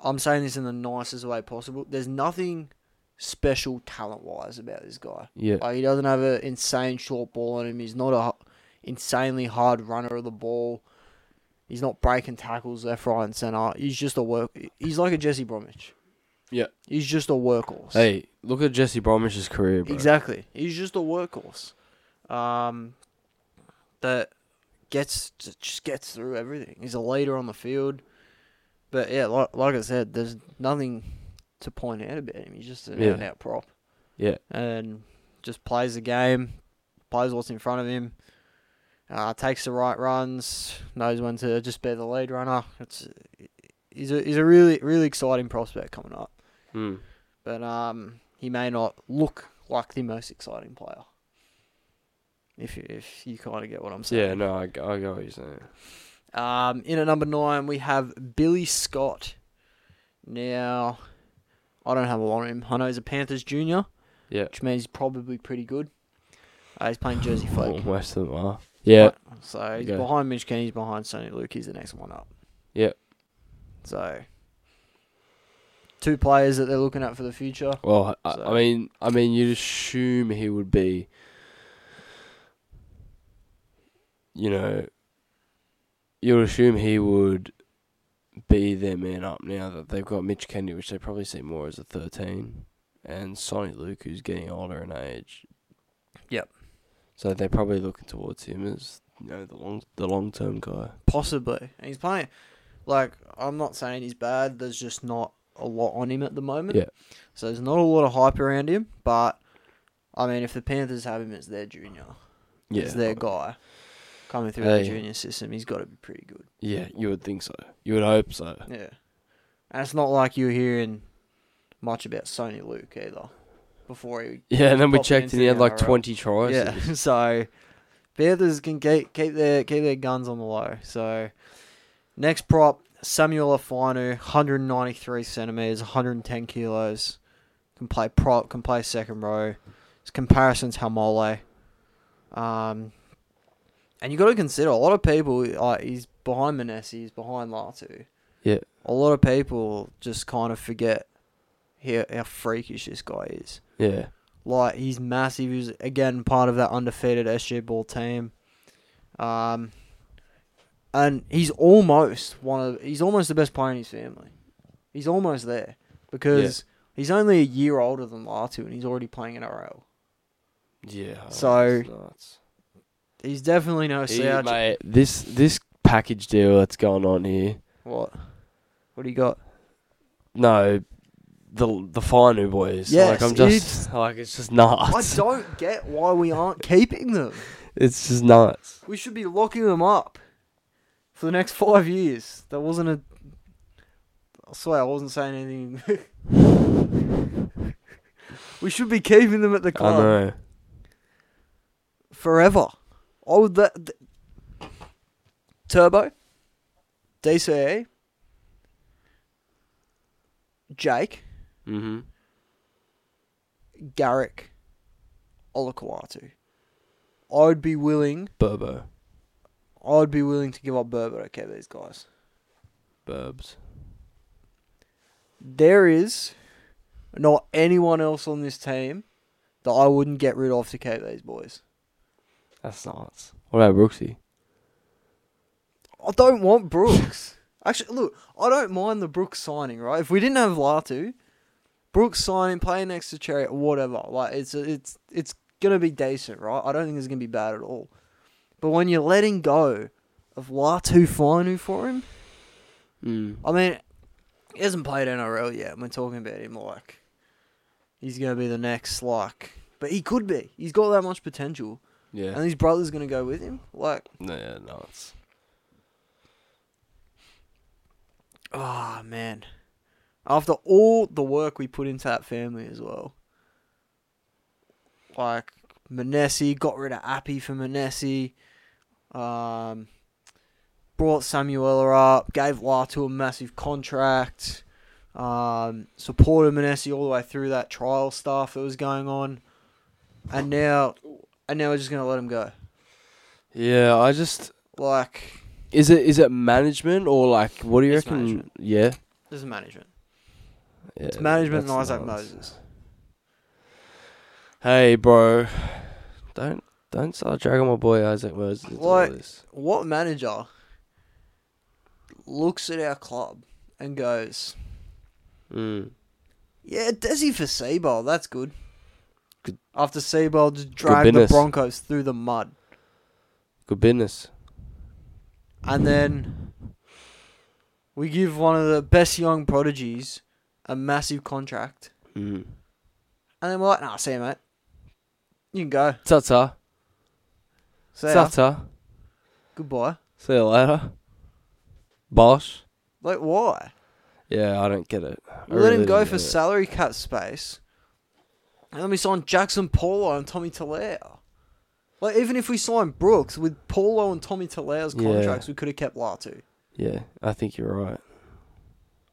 [SPEAKER 1] I'm saying this in the nicest way possible. There's nothing special talent wise about this guy.
[SPEAKER 2] Yeah.
[SPEAKER 1] Like, he doesn't have an insane short ball on him. He's not a h- insanely hard runner of the ball. He's not breaking tackles left, right, and center. He's just a work. He's like a Jesse Bromwich.
[SPEAKER 2] Yeah.
[SPEAKER 1] He's just a workhorse.
[SPEAKER 2] Hey, look at Jesse Bromish's career, bro.
[SPEAKER 1] Exactly. He's just a workhorse. Um, that gets just gets through everything. He's a leader on the field. But yeah, like, like I said, there's nothing to point out about him. He's just an
[SPEAKER 2] Yeah.
[SPEAKER 1] out and out prop.
[SPEAKER 2] Yeah.
[SPEAKER 1] And just plays the game, plays what's in front of him, uh, takes the right runs, knows when to just be the lead runner. It's he's a he's a really really exciting prospect coming up.
[SPEAKER 2] Mm.
[SPEAKER 1] But um, he may not look like the most exciting player. If you, if you kind of get what I'm saying.
[SPEAKER 2] Yeah, no, I, I get what you're saying.
[SPEAKER 1] Um, in at number nine, we have Billy Scott. Now, I don't have a lot on him. I know he's a Panthers junior,
[SPEAKER 2] Yeah.
[SPEAKER 1] which means he's probably pretty good. Uh, he's playing Jersey Folk.
[SPEAKER 2] Most of them are. Yeah.
[SPEAKER 1] Right, So he's
[SPEAKER 2] Oh. Okay.
[SPEAKER 1] behind Mitch Kenny, he's behind Sonny Luke, he's the next one up.
[SPEAKER 2] Yeah.
[SPEAKER 1] So, two players that they're looking at for the future.
[SPEAKER 2] Well, I,
[SPEAKER 1] So-
[SPEAKER 2] I mean, I mean, you'd assume he would be, you know, you would assume he would be their man up now that they've got Mitch Kennedy, which they probably see more as a thirteen, and Sonny Luke, who's getting older in age.
[SPEAKER 1] Yep.
[SPEAKER 2] So they're probably looking towards him as you know the long the long term guy.
[SPEAKER 1] Possibly. And he's playing like I'm not saying he's bad, there's just not a lot on him at the moment.
[SPEAKER 2] Yeah.
[SPEAKER 1] So there's not a lot of hype around him, but I mean if the Panthers have him as their junior,
[SPEAKER 2] Yeah.
[SPEAKER 1] as their guy coming through
[SPEAKER 2] Hey.
[SPEAKER 1] the junior system, he's gotta be pretty good.
[SPEAKER 2] Yeah, you would think so. You would hope so.
[SPEAKER 1] Yeah. And it's not like you're hearing much about Sony Luke either. Before he
[SPEAKER 2] Yeah, and then we
[SPEAKER 1] Popping
[SPEAKER 2] checked
[SPEAKER 1] into
[SPEAKER 2] and he
[SPEAKER 1] the
[SPEAKER 2] had like
[SPEAKER 1] NRL.
[SPEAKER 2] twenty tries.
[SPEAKER 1] Yeah. So Panthers can keep keep their keep their guns on the low. So next prop, Samuel Afinu, 193 centimeters, 110 kilos. Can play prop, can play second row. His comparisons Hamole. Um and you got to consider a lot of people like he's behind Manessi, he's behind Latu.
[SPEAKER 2] Yeah.
[SPEAKER 1] A lot of people just kind of forget how, how freakish this guy is.
[SPEAKER 2] Yeah.
[SPEAKER 1] Like he's massive. He's again part of that undefeated SJ Ball team. Um, and he's almost one of he's almost the best player in his family. He's almost there because he's only a year older than Latu and he's already playing NRL.
[SPEAKER 2] Yeah. oh,
[SPEAKER 1] So-
[SPEAKER 2] that's nuts.
[SPEAKER 1] He's definitely no
[SPEAKER 2] He-
[SPEAKER 1] slouch.
[SPEAKER 2] mate, this this package deal that's going on here.
[SPEAKER 1] What? What do you got?
[SPEAKER 2] No, the the Finu boys.
[SPEAKER 1] Yes,
[SPEAKER 2] like I'm just like it's just nuts.
[SPEAKER 1] I don't get why we aren't keeping them.
[SPEAKER 2] It's just nuts.
[SPEAKER 1] We should be locking them up for the next five years. That wasn't a. I swear I wasn't saying anything. we should be keeping them at the
[SPEAKER 2] I
[SPEAKER 1] club
[SPEAKER 2] know.
[SPEAKER 1] forever. I would that. th- Turbo, E, DCA, Jake, Mm-hmm.
[SPEAKER 2] Mhm.
[SPEAKER 1] Garrick, Olakwatu. I would be willing.
[SPEAKER 2] Burbo.
[SPEAKER 1] I would be willing to give up Berber to keep these guys.
[SPEAKER 2] Burbs.
[SPEAKER 1] there is not anyone else on this team that I wouldn't get rid of to keep these boys.
[SPEAKER 2] That's nuts. What about Brooksy?
[SPEAKER 1] I don't want Brooks. Actually, look, I don't mind the Brooks signing, right? If we didn't have Latu, Brooks signing, playing next to Cherry, whatever. Like it's it's it's gonna be decent, right? I don't think it's gonna be bad at all. But when you're letting go of Latu Finu for him,
[SPEAKER 2] Mm.
[SPEAKER 1] I mean, he hasn't played NRL yet, and we're talking about him like he's going to be the next, like, but he could be. He's got that much potential,
[SPEAKER 2] Yeah.
[SPEAKER 1] and his brother's going to go with him. Like,
[SPEAKER 2] No, yeah, nuts.
[SPEAKER 1] ah, man. After all the work we put into that family as well, like, Manessi got rid of Appy for Manessi, um, brought Samuela up, gave Latu a massive contract. um, supported Manessi all the way through that trial stuff that was going on, and now, and now we're just gonna let him go.
[SPEAKER 2] Yeah, I just
[SPEAKER 1] Like
[SPEAKER 2] is it is it management or like what do you
[SPEAKER 1] It's
[SPEAKER 2] reckon?
[SPEAKER 1] management.
[SPEAKER 2] Yeah.
[SPEAKER 1] this is management.
[SPEAKER 2] yeah.
[SPEAKER 1] It's management and
[SPEAKER 2] that's
[SPEAKER 1] Isaac
[SPEAKER 2] nuts.
[SPEAKER 1] Moses.
[SPEAKER 2] Hey, bro, don't don't start dragging my boy Isaac Moses into all
[SPEAKER 1] Like-
[SPEAKER 2] this.
[SPEAKER 1] What manager looks at our club and goes,
[SPEAKER 2] Mm.
[SPEAKER 1] "Yeah, Desi for Seibold, that's good."
[SPEAKER 2] Good-
[SPEAKER 1] After Seibold just dragged the
[SPEAKER 2] business.
[SPEAKER 1] Broncos through the mud,
[SPEAKER 2] Good business.
[SPEAKER 1] and then We give one of the best young prodigies a massive contract,
[SPEAKER 2] Mm.
[SPEAKER 1] and then we're like, "Nah, see you, mate. You can go.
[SPEAKER 2] Ta ta.
[SPEAKER 1] See ya.
[SPEAKER 2] Ta ta.
[SPEAKER 1] Goodbye."
[SPEAKER 2] See you later. Bosh.
[SPEAKER 1] Like, why?
[SPEAKER 2] Yeah, I don't get it. I
[SPEAKER 1] We let
[SPEAKER 2] really
[SPEAKER 1] him go
[SPEAKER 2] don't
[SPEAKER 1] for
[SPEAKER 2] get it.
[SPEAKER 1] salary cap space, and then we signed Jackson Paulo and Tommy Talao. Like, even if we signed Brooks with Paulo and Tommy Talao's
[SPEAKER 2] Yeah.
[SPEAKER 1] contracts, we could have kept Latu.
[SPEAKER 2] Yeah, I think you're right.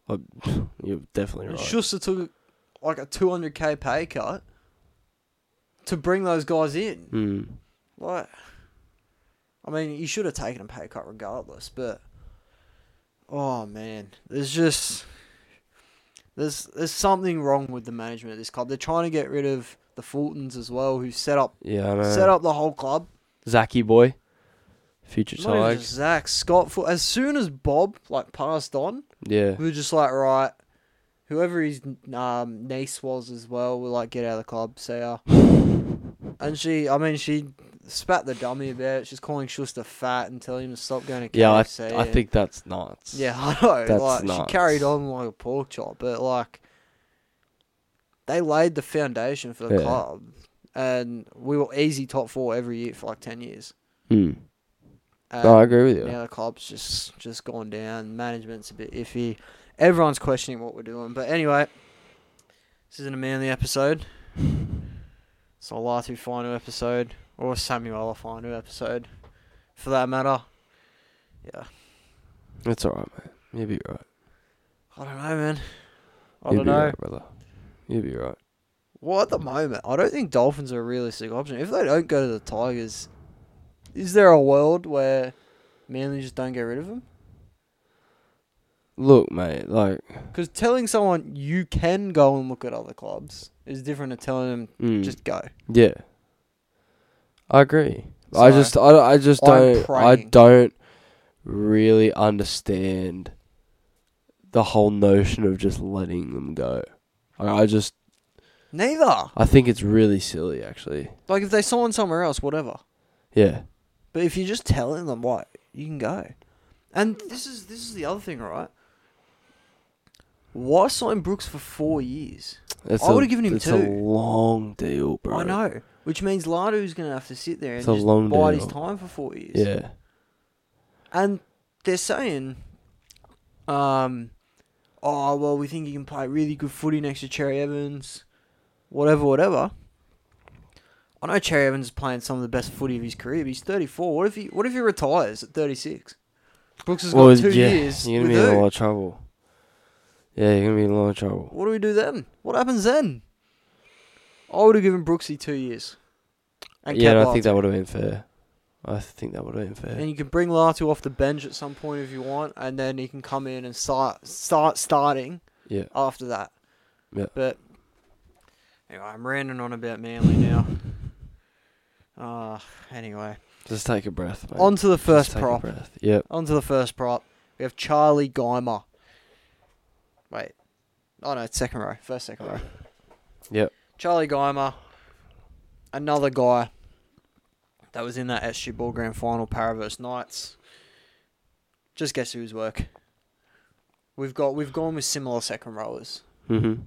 [SPEAKER 2] I, you're definitely
[SPEAKER 1] And
[SPEAKER 2] right.
[SPEAKER 1] Schuster took like a 200k pay cut to bring those guys in.
[SPEAKER 2] Mm.
[SPEAKER 1] Like, I mean, you should have taken a pay cut regardless, but oh man, there's just there's there's something wrong with the management of this club. They're trying to get rid of the Fultons as well, who set up
[SPEAKER 2] Yeah, I know.
[SPEAKER 1] set up the whole club.
[SPEAKER 2] Zachy boy, future
[SPEAKER 1] Not even
[SPEAKER 2] Tig.
[SPEAKER 1] just Zach Scott. Ful- As soon as Bob like passed on,
[SPEAKER 2] Yeah,
[SPEAKER 1] we were just like, right, whoever his um, niece was as well, we're like, get out of the club, see ya. and she, I mean, she spat the dummy about it. She's calling Schuster fat and telling him to stop going to
[SPEAKER 2] yeah. I,
[SPEAKER 1] KFC.
[SPEAKER 2] I think that's nuts.
[SPEAKER 1] Yeah, I know.
[SPEAKER 2] That's
[SPEAKER 1] like
[SPEAKER 2] nuts.
[SPEAKER 1] she carried on like a pork chop, but like they laid the foundation for the
[SPEAKER 2] Yeah.
[SPEAKER 1] club, and we were easy top four every year for like ten years.
[SPEAKER 2] Mm.
[SPEAKER 1] And
[SPEAKER 2] No, I agree with you.
[SPEAKER 1] now the club's just just gone down. Management's a bit iffy. Everyone's questioning what we're doing. But anyway, this isn't a manly episode. It's a Latu Finu episode or a Samuel Finu episode, for that matter. Yeah,
[SPEAKER 2] That's alright, man. You'll be right.
[SPEAKER 1] I don't know, man. I
[SPEAKER 2] You'll
[SPEAKER 1] don't
[SPEAKER 2] be
[SPEAKER 1] know.
[SPEAKER 2] right, brother. You'll be right.
[SPEAKER 1] Well, at the moment, I don't think Dolphins are a realistic option. If they don't go to the Tigers, is there a world where Manly just don't get rid of them?
[SPEAKER 2] Look, mate. Like,
[SPEAKER 1] Because telling someone you can go and look at other clubs is different to telling them
[SPEAKER 2] mm,
[SPEAKER 1] just go.
[SPEAKER 2] yeah. I agree. I
[SPEAKER 1] So,
[SPEAKER 2] just, I, I just
[SPEAKER 1] I'm
[SPEAKER 2] don't, I
[SPEAKER 1] praying.
[SPEAKER 2] don't really understand the whole notion of just letting them go. I, I just,
[SPEAKER 1] Neither.
[SPEAKER 2] I think it's really silly, actually.
[SPEAKER 1] Like if they sign somewhere else, whatever.
[SPEAKER 2] Yeah.
[SPEAKER 1] But if you're just telling them like you can go, and this is this is the other thing, right? Why sign Brooks for four years?
[SPEAKER 2] It's
[SPEAKER 1] I would've given him
[SPEAKER 2] it's
[SPEAKER 1] two.
[SPEAKER 2] a long deal, bro.
[SPEAKER 1] I know, which means Lardu's gonna have to sit there and
[SPEAKER 2] It's a
[SPEAKER 1] just
[SPEAKER 2] long
[SPEAKER 1] bide
[SPEAKER 2] deal.
[SPEAKER 1] his time for four years.
[SPEAKER 2] Yeah.
[SPEAKER 1] And they're saying, um, oh, well, we think he can play really good footy next to Cherry Evans, whatever, whatever. I know Cherry Evans is playing some of the best footy of his career, but he's 34. What if he What if he retires at 36? Brooks has got
[SPEAKER 2] Well,
[SPEAKER 1] two
[SPEAKER 2] yeah,
[SPEAKER 1] years.
[SPEAKER 2] You're
[SPEAKER 1] with
[SPEAKER 2] gonna be in
[SPEAKER 1] who?
[SPEAKER 2] a lot of trouble. Yeah, you're gonna be in a lot of trouble.
[SPEAKER 1] What do we do then? What happens then? I would have given Brooksy two years. And
[SPEAKER 2] yeah,
[SPEAKER 1] kept
[SPEAKER 2] and I think
[SPEAKER 1] Lartu.
[SPEAKER 2] that would have been fair. I think that would have been fair.
[SPEAKER 1] And you can bring Latu off the bench at some point if you want, and then he can come in and start start starting
[SPEAKER 2] yeah.
[SPEAKER 1] after that.
[SPEAKER 2] Yeah.
[SPEAKER 1] But anyway, I'm ranting on about Manly now. Uh, anyway,
[SPEAKER 2] Just take a breath, mate.
[SPEAKER 1] on to the
[SPEAKER 2] Just
[SPEAKER 1] first
[SPEAKER 2] take a
[SPEAKER 1] prop.
[SPEAKER 2] breath. Yep.
[SPEAKER 1] On to the first prop. We have Charlie Geimer. Wait. Oh no, it's second row. First second row.
[SPEAKER 2] Yep.
[SPEAKER 1] Charlie Geimer, another guy that was in that SG Ball Grand Final, Paraverse Knights. Just guess whose work. We've got we've gone with similar second rowers.
[SPEAKER 2] Mm-hmm.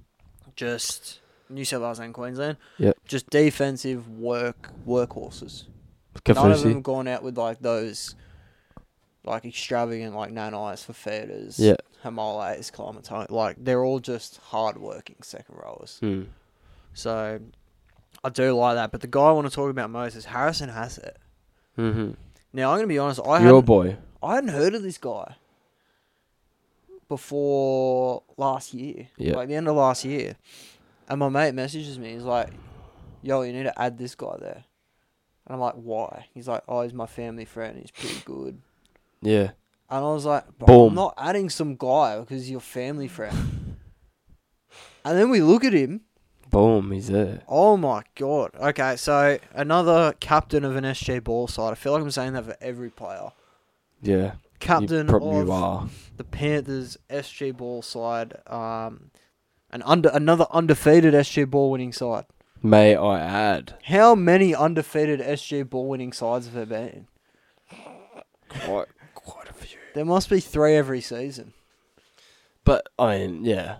[SPEAKER 1] Just New South Wales and Queensland.
[SPEAKER 2] Yep.
[SPEAKER 1] Just defensive work workhorses. None of them
[SPEAKER 2] Kafusi.
[SPEAKER 1] have gone out with like those like extravagant like nine eyes for feeders,
[SPEAKER 2] Yeah.
[SPEAKER 1] Himalayas, climatone. Like they're all just hard working second rowers.
[SPEAKER 2] Mm.
[SPEAKER 1] So I do like that. But the guy I want to talk about most is Harrison Hassett.
[SPEAKER 2] Mm-hmm.
[SPEAKER 1] Now I'm gonna be honest, I
[SPEAKER 2] Your
[SPEAKER 1] hadn't,
[SPEAKER 2] boy.
[SPEAKER 1] I hadn't heard of this guy before last year.
[SPEAKER 2] Yeah.
[SPEAKER 1] Like the end of last year. And my mate messages me, he's like, Yo, you need to add this guy there. And I'm like, why? He's like, oh, he's my family friend. He's pretty good.
[SPEAKER 2] Yeah.
[SPEAKER 1] And I was like, Bro, I'm
[SPEAKER 2] Boom.
[SPEAKER 1] not adding some guy because he's your family friend. and then we look at him.
[SPEAKER 2] Boom. He's there.
[SPEAKER 1] Oh my god. Okay, so another captain of an SJ ball side. I feel like I'm saying that for every player.
[SPEAKER 2] Yeah.
[SPEAKER 1] Captain
[SPEAKER 2] You probably
[SPEAKER 1] of
[SPEAKER 2] are.
[SPEAKER 1] the Panthers SJ ball side. Um, an under another undefeated SJ ball winning side.
[SPEAKER 2] May I add?
[SPEAKER 1] How many undefeated SJ ball winning sides have there been?
[SPEAKER 2] Quite. Quite a few.
[SPEAKER 1] There must be three every season.
[SPEAKER 2] But I mean, yeah.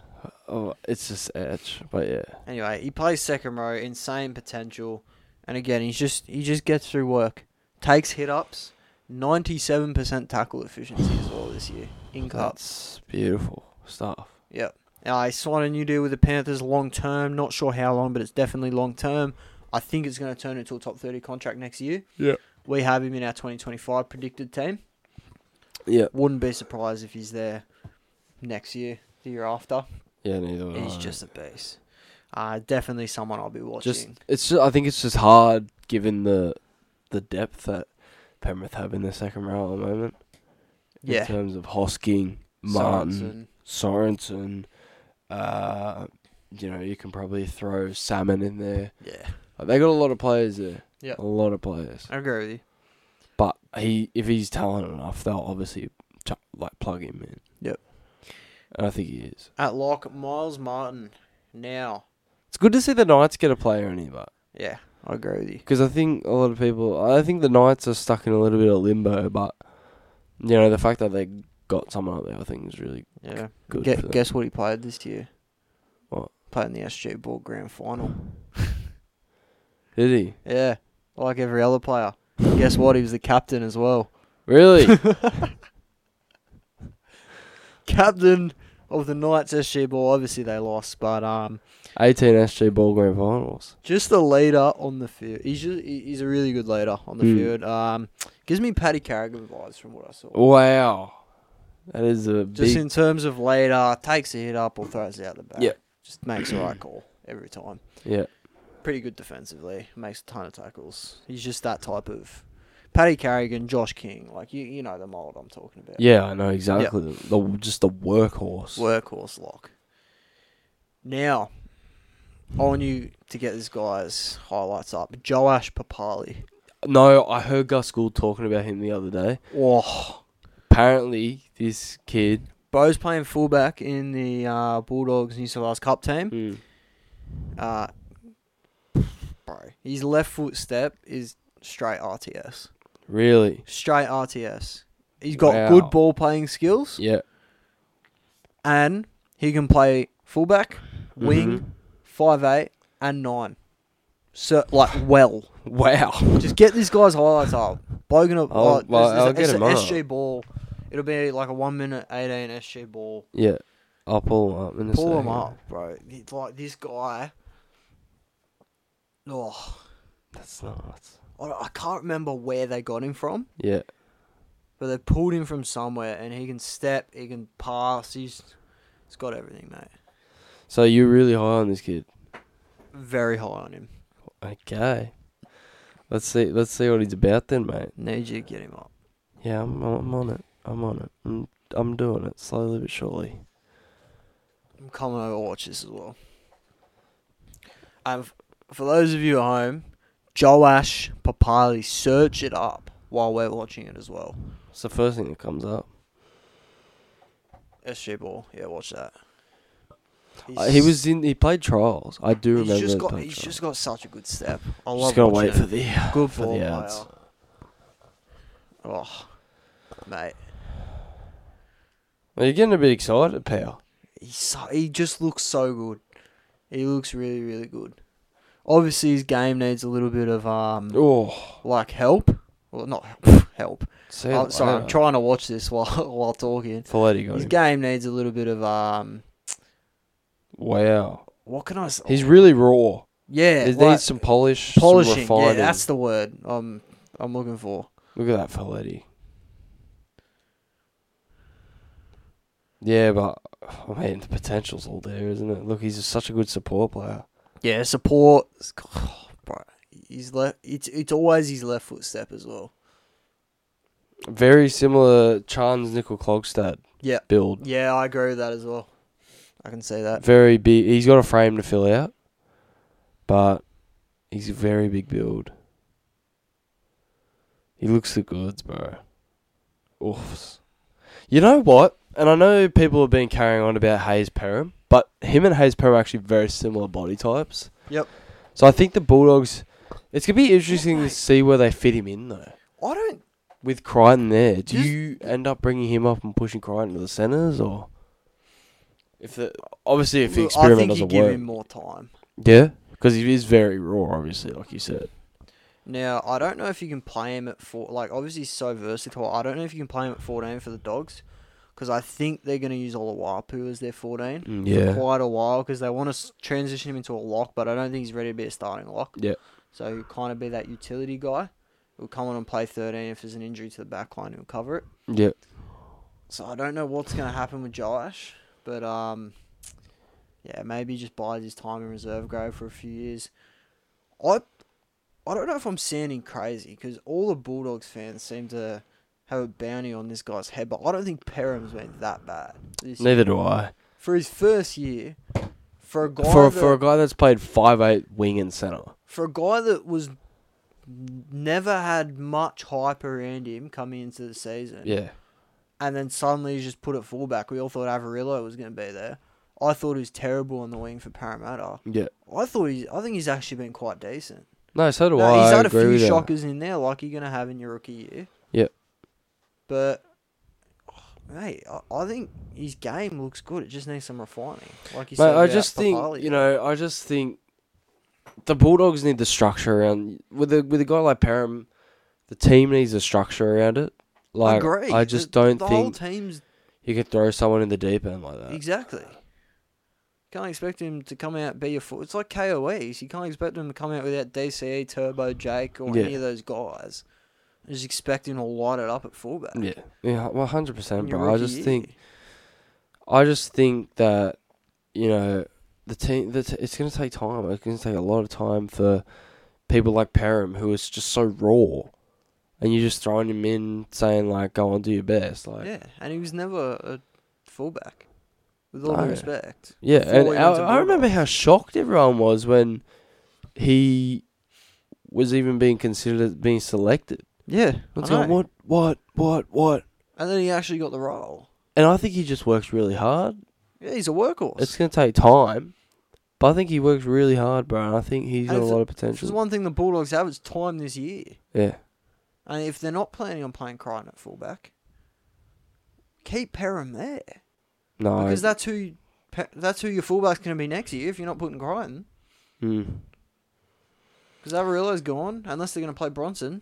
[SPEAKER 2] Oh, it's just edge. But yeah,
[SPEAKER 1] Anyway, he plays second row, insane potential, and again he's just he just gets through work, takes hit ups, ninety seven percent tackle efficiency as well this year in cups.
[SPEAKER 2] that's beautiful stuff.
[SPEAKER 1] Yep. I signed a new deal with the Panthers long term. Not sure how long, but it's definitely long term. I think it's going to turn into a top thirty contract next year.
[SPEAKER 2] Yeah.
[SPEAKER 1] We have him in our twenty twenty five predicted team.
[SPEAKER 2] Yeah.
[SPEAKER 1] Wouldn't be surprised if he's there next year, the year after.
[SPEAKER 2] Yeah, neither would
[SPEAKER 1] He's
[SPEAKER 2] I.
[SPEAKER 1] just a beast. Uh, definitely someone I'll be watching.
[SPEAKER 2] just it's just I think it's just hard given the the depth that Penrith have in the second row at the moment.
[SPEAKER 1] yeah.
[SPEAKER 2] In terms of Hosking, Martin, Sorensen, uh you know, you can probably throw Salmon in there.
[SPEAKER 1] Yeah.
[SPEAKER 2] Like, they got a lot of players there.
[SPEAKER 1] Yeah.
[SPEAKER 2] A lot of players.
[SPEAKER 1] I agree with you.
[SPEAKER 2] But he if he's talented enough, they'll obviously ch- like plug him in.
[SPEAKER 1] Yep.
[SPEAKER 2] And I think he is.
[SPEAKER 1] At lock, Miles Martin. Now.
[SPEAKER 2] It's good to see the Knights get a player in here, but
[SPEAKER 1] Yeah, I agree with you.
[SPEAKER 2] because I think a lot of people, I think the Knights are stuck in a little bit of limbo. But you know, the fact that they got someone up there, I think is really
[SPEAKER 1] Yeah.
[SPEAKER 2] good.
[SPEAKER 1] Gue-
[SPEAKER 2] for them.
[SPEAKER 1] guess what he played this year?
[SPEAKER 2] What?
[SPEAKER 1] Played in the SG Ball Grand Final.
[SPEAKER 2] Did he
[SPEAKER 1] Yeah, like every other player. Guess what? He was the captain as well.
[SPEAKER 2] really?
[SPEAKER 1] Captain of the Knights SG Ball. Obviously they lost, but um,
[SPEAKER 2] Eighteen SG Ball Grand Finals.
[SPEAKER 1] just the leader on the field. He's ju- he he's a really good leader on the
[SPEAKER 2] Hmm.
[SPEAKER 1] field. Um, gives me Paddy Carrigan vibes from what I saw.
[SPEAKER 2] Wow, that is a
[SPEAKER 1] Just
[SPEAKER 2] big.
[SPEAKER 1] in terms of leader, takes a hit up or throws it out the back.
[SPEAKER 2] Yeah.
[SPEAKER 1] Just makes the right call every time.
[SPEAKER 2] yeah,
[SPEAKER 1] Pretty good defensively. Makes a ton of tackles. He's just that type of Paddy Carrigan, Josh King. Like you, you know the mold I'm talking about.
[SPEAKER 2] yeah, I know exactly. The, just the workhorse.
[SPEAKER 1] Workhorse lock. Now, I want you to get this guy's highlights up. Joash Papali.
[SPEAKER 2] No, I heard Gus Gould talking about him the other day.
[SPEAKER 1] Oh,
[SPEAKER 2] Apparently, this kid.
[SPEAKER 1] Bo's playing fullback in the uh, Bulldogs New South Wales Cup team.
[SPEAKER 2] Mm.
[SPEAKER 1] Uh, bro, his left foot step is straight RTS.
[SPEAKER 2] Really?
[SPEAKER 1] Straight RTS. He's got
[SPEAKER 2] Wow.
[SPEAKER 1] good ball playing skills
[SPEAKER 2] Yeah.
[SPEAKER 1] and he can play fullback, wing,
[SPEAKER 2] Mhm.
[SPEAKER 1] five eight, and 9. So, like, well.
[SPEAKER 2] Mm-hmm. Wow.
[SPEAKER 1] Just get this guy's highlights up. Bogan up.
[SPEAKER 2] I'll-
[SPEAKER 1] Oh,
[SPEAKER 2] well,
[SPEAKER 1] there's- there's
[SPEAKER 2] I'll get
[SPEAKER 1] a-
[SPEAKER 2] him
[SPEAKER 1] it's a SG ball. It'll be like a 1 minute 18 SG ball.
[SPEAKER 2] Yeah. I'll pull him up. In a
[SPEAKER 1] Pull him
[SPEAKER 2] second.
[SPEAKER 1] up, bro. It's like this guy. Oh,
[SPEAKER 2] That's nuts.
[SPEAKER 1] I I can't remember where they got him from,
[SPEAKER 2] Yeah.
[SPEAKER 1] but they pulled him from somewhere, and he can step, he can pass. He's, he's got everything, mate.
[SPEAKER 2] So you're really high on this kid.
[SPEAKER 1] Very high on him.
[SPEAKER 2] Okay. Let's see. Let's see what he's about then, mate.
[SPEAKER 1] Need you to get him up.
[SPEAKER 2] Yeah, I'm. I'm on it. I'm on it. I'm. I'm doing it slowly but surely.
[SPEAKER 1] I'm coming over to watch this as well. And f- for those of you at home, Joash Papali, search it up while we're watching it as well.
[SPEAKER 2] It's the first thing that comes up.
[SPEAKER 1] SG Ball, yeah, watch that.
[SPEAKER 2] Uh, he was in. He played trials. I do remember.
[SPEAKER 1] He's just
[SPEAKER 2] him
[SPEAKER 1] got.
[SPEAKER 2] playing
[SPEAKER 1] He's
[SPEAKER 2] trials.
[SPEAKER 1] just got such a good step. I love.
[SPEAKER 2] Just gotta
[SPEAKER 1] watching
[SPEAKER 2] wait
[SPEAKER 1] it.
[SPEAKER 2] for the
[SPEAKER 1] good
[SPEAKER 2] for
[SPEAKER 1] ball
[SPEAKER 2] the
[SPEAKER 1] player.
[SPEAKER 2] outs.
[SPEAKER 1] Oh, mate,
[SPEAKER 2] Well, you're getting a bit excited, pal.
[SPEAKER 1] he's so, he just looks so good. He looks really, really good. Obviously, his game needs a little bit of um,
[SPEAKER 2] Oh,
[SPEAKER 1] like help. Well, not help. help.
[SPEAKER 2] see
[SPEAKER 1] I'm sorry, I'm trying to watch this while while talking.
[SPEAKER 2] Folletti got
[SPEAKER 1] His
[SPEAKER 2] him.
[SPEAKER 1] game needs a little bit of um.
[SPEAKER 2] wow,
[SPEAKER 1] What can I say?
[SPEAKER 2] he's really raw.
[SPEAKER 1] yeah,
[SPEAKER 2] He
[SPEAKER 1] like
[SPEAKER 2] needs some polish,
[SPEAKER 1] polishing.
[SPEAKER 2] some
[SPEAKER 1] yeah,
[SPEAKER 2] refining.
[SPEAKER 1] that's the word I'm I'm looking for.
[SPEAKER 2] Look at that Folletti. Yeah, but I mean the potential's all there, isn't it? Look, he's just such a good support player.
[SPEAKER 1] Yeah, support. bro, he's left. It's it's always his left foot step as well.
[SPEAKER 2] Very similar Charles Nickel Klogstad
[SPEAKER 1] Yeah.
[SPEAKER 2] build.
[SPEAKER 1] Yeah, I agree with that as well. I can see that.
[SPEAKER 2] Very big. He's got a frame to fill out, but he's a very big build. He looks the goods, bro. Oof. You know what? And I know people have been carrying on about Hayes Perham, but him and Hayes Perham are actually very similar body types.
[SPEAKER 1] Yep.
[SPEAKER 2] So I think the Bulldogs. It's gonna be interesting to see where they fit him in though.
[SPEAKER 1] I don't.
[SPEAKER 2] With Crichton there, do
[SPEAKER 1] Just-
[SPEAKER 2] you end up bringing him up and pushing Crichton to the centres, or If the obviously if the
[SPEAKER 1] Look, I
[SPEAKER 2] experiment
[SPEAKER 1] think you
[SPEAKER 2] doesn't
[SPEAKER 1] give
[SPEAKER 2] work,
[SPEAKER 1] him more time.
[SPEAKER 2] yeah, because he is very raw, obviously, like you said.
[SPEAKER 1] Now, I don't know if you can play him at four. Like, obviously, he's so versatile. I don't know if you can play him at 14 for the dogs. Because I think they're going to use Olawapu as their 14
[SPEAKER 2] Mm,
[SPEAKER 1] for
[SPEAKER 2] yeah.
[SPEAKER 1] quite a while. Because they want to transition him into a lock, but I don't think he's ready to be a starting lock.
[SPEAKER 2] Yeah.
[SPEAKER 1] So he'll kind of be that utility guy. He'll come on and play 13. If there's an injury to the back line, he'll cover it.
[SPEAKER 2] Yeah,
[SPEAKER 1] So I don't know what's going to happen with Josh, but um, yeah, maybe he just buys his time in reserve grade for a few years. I I don't know if I'm sounding crazy because all the Bulldogs fans seem to have a bounty on this guy's head, but I don't think Perham's been that bad. This year.
[SPEAKER 2] neither do I.
[SPEAKER 1] For his first year, for a guy
[SPEAKER 2] For
[SPEAKER 1] that,
[SPEAKER 2] for a guy that's played five eight wing and center,
[SPEAKER 1] for a guy that was never had much hype around him coming into the season,
[SPEAKER 2] yeah,
[SPEAKER 1] and then suddenly he's just put at fullback. We all thought Avarillo was going to be there. I thought he was terrible on the wing for Parramatta.
[SPEAKER 2] yeah.
[SPEAKER 1] I thought he's. I think he's actually been quite decent.
[SPEAKER 2] No, so do
[SPEAKER 1] Now,
[SPEAKER 2] I.
[SPEAKER 1] he's
[SPEAKER 2] I
[SPEAKER 1] had a
[SPEAKER 2] agree
[SPEAKER 1] few
[SPEAKER 2] with you.
[SPEAKER 1] shockers in there, like you're going to have in your rookie year.
[SPEAKER 2] Yep.
[SPEAKER 1] But, mate, I, I think his game looks good. It just needs some refining. Like you
[SPEAKER 2] Mate,
[SPEAKER 1] said,
[SPEAKER 2] I
[SPEAKER 1] about
[SPEAKER 2] just think
[SPEAKER 1] Papali.
[SPEAKER 2] you know. I just think the Bulldogs need the structure around with a with a guy like Parham. The team needs a structure around it. Like
[SPEAKER 1] Agreed.
[SPEAKER 2] I just
[SPEAKER 1] The-
[SPEAKER 2] don't
[SPEAKER 1] the whole
[SPEAKER 2] think
[SPEAKER 1] team's
[SPEAKER 2] you can throw someone in the deep end like that.
[SPEAKER 1] Exactly. Can't expect him to come out be a fool. It's like KOEs. You can't expect him to come out without DCE, E, Turbo, Jake, or
[SPEAKER 2] Yeah.
[SPEAKER 1] any of those guys. Just expect him to light it up at fullback.
[SPEAKER 2] Yeah, yeah, one hundred percent,
[SPEAKER 1] in your
[SPEAKER 2] bro. I
[SPEAKER 1] rookie
[SPEAKER 2] just
[SPEAKER 1] year.
[SPEAKER 2] think I just think that you know the team. The t- it's going to take time. It's going to take a lot of time for people like Perham, who is just so raw, and you're just throwing him in, saying like, "Go on, do your best." Like,
[SPEAKER 1] yeah, and he was never a fullback. With all due
[SPEAKER 2] No.
[SPEAKER 1] respect,
[SPEAKER 2] Yeah,
[SPEAKER 1] before
[SPEAKER 2] and
[SPEAKER 1] he went
[SPEAKER 2] I,
[SPEAKER 1] to
[SPEAKER 2] I remember
[SPEAKER 1] Bulldogs.
[SPEAKER 2] how shocked everyone was when he was even being considered as being selected.
[SPEAKER 1] yeah.
[SPEAKER 2] It's like, what, what, what, what?
[SPEAKER 1] And then he actually got the role.
[SPEAKER 2] And I think he just works really hard.
[SPEAKER 1] Yeah, he's a workhorse.
[SPEAKER 2] It's going to take time, but I think he works really hard, bro. And I think he's
[SPEAKER 1] And
[SPEAKER 2] got a
[SPEAKER 1] if
[SPEAKER 2] lot of
[SPEAKER 1] If There's
[SPEAKER 2] potential.
[SPEAKER 1] one thing the Bulldogs have. It's time this year.
[SPEAKER 2] yeah,
[SPEAKER 1] And if they're not planning on playing Crichton at fullback, keep Perham there.
[SPEAKER 2] no,
[SPEAKER 1] Because that's who pe- that's who your fullback's going to be next year if you're not putting Crichton.
[SPEAKER 2] mm,
[SPEAKER 1] Because Avarillo's gone, unless they're going to play Bronson.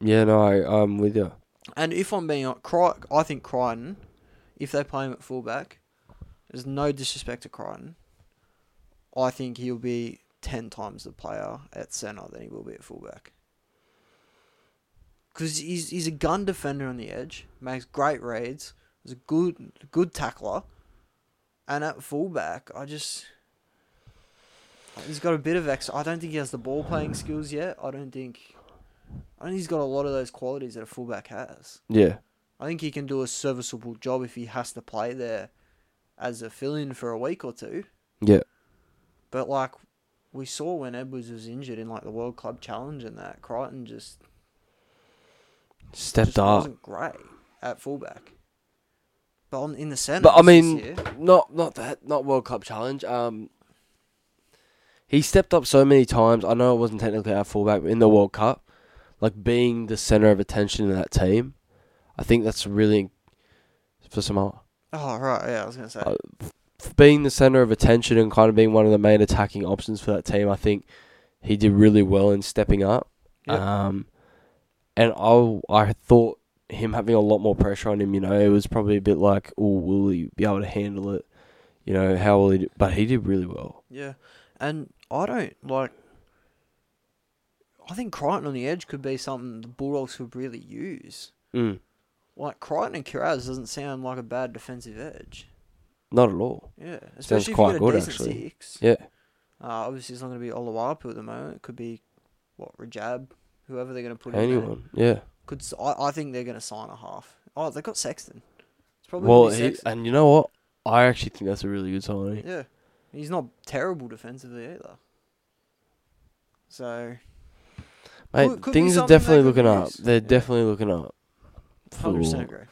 [SPEAKER 2] yeah, no, I, I'm with you.
[SPEAKER 1] And if I'm being hon- Cry- I think Crichton, if they play him at fullback, there's no disrespect to Crichton. I think he'll be ten times the player at centre than he will be at fullback. Because he's he's a gun defender on the edge, makes great raids, is a good good tackler, and at fullback, I just he's got a bit of ex. I don't think he has the ball playing skills yet. I don't think. I think he's got a lot of those qualities that a fullback has.
[SPEAKER 2] Yeah,
[SPEAKER 1] I think he can do a serviceable job if he has to play there as a fill in for a week or two.
[SPEAKER 2] yeah,
[SPEAKER 1] But like we saw when Edwards was injured in like the World Club Challenge and that, Crichton just,
[SPEAKER 2] stepped
[SPEAKER 1] just
[SPEAKER 2] up.
[SPEAKER 1] wasn't great at fullback. But on, in the centre,
[SPEAKER 2] But I
[SPEAKER 1] this
[SPEAKER 2] mean,
[SPEAKER 1] year-
[SPEAKER 2] not not that not World Cup challenge. Um, he stepped up so many times. I know it wasn't technically our fullback but in the World Cup, like being the center of attention in that team. I think that's really for Samoa
[SPEAKER 1] oh right, yeah, I was gonna say,
[SPEAKER 2] Uh, for being the center of attention and kind of being one of the main attacking options for that team. I think he did really well in stepping up.
[SPEAKER 1] Yep.
[SPEAKER 2] Um, and I I thought him having a lot more pressure on him. You know, it was probably a bit like, oh, will he be able to handle it? You know, how will he? Do? But he did really well.
[SPEAKER 1] yeah. And I don't like. I think Crichton on the edge could be something the Bulldogs could really use.
[SPEAKER 2] Mm,
[SPEAKER 1] Like Crichton and Kiraz doesn't sound like a bad defensive edge.
[SPEAKER 2] not at all.
[SPEAKER 1] Yeah,
[SPEAKER 2] Sounds
[SPEAKER 1] especially
[SPEAKER 2] quite
[SPEAKER 1] if you
[SPEAKER 2] good,
[SPEAKER 1] get a decent
[SPEAKER 2] actually.
[SPEAKER 1] six.
[SPEAKER 2] Yeah.
[SPEAKER 1] Uh, obviously, it's not going to be Olawapu at the moment. It could be what Rajab, whoever they're going to put in. there.
[SPEAKER 2] Anyone? Yeah.
[SPEAKER 1] Could s- I, I think they're going to sign a half. Oh, they got Sexton. It's probably
[SPEAKER 2] Well,
[SPEAKER 1] gonna be
[SPEAKER 2] he,
[SPEAKER 1] Sexton.
[SPEAKER 2] and you know what? I actually think that's a really good signing.
[SPEAKER 1] yeah, he's not terrible defensively either. So
[SPEAKER 2] Mate,
[SPEAKER 1] Could- could be
[SPEAKER 2] things are
[SPEAKER 1] something they
[SPEAKER 2] definitely
[SPEAKER 1] could
[SPEAKER 2] looking up.
[SPEAKER 1] use.
[SPEAKER 2] They're
[SPEAKER 1] Yeah.
[SPEAKER 2] definitely looking up. For
[SPEAKER 1] hundred percent agree.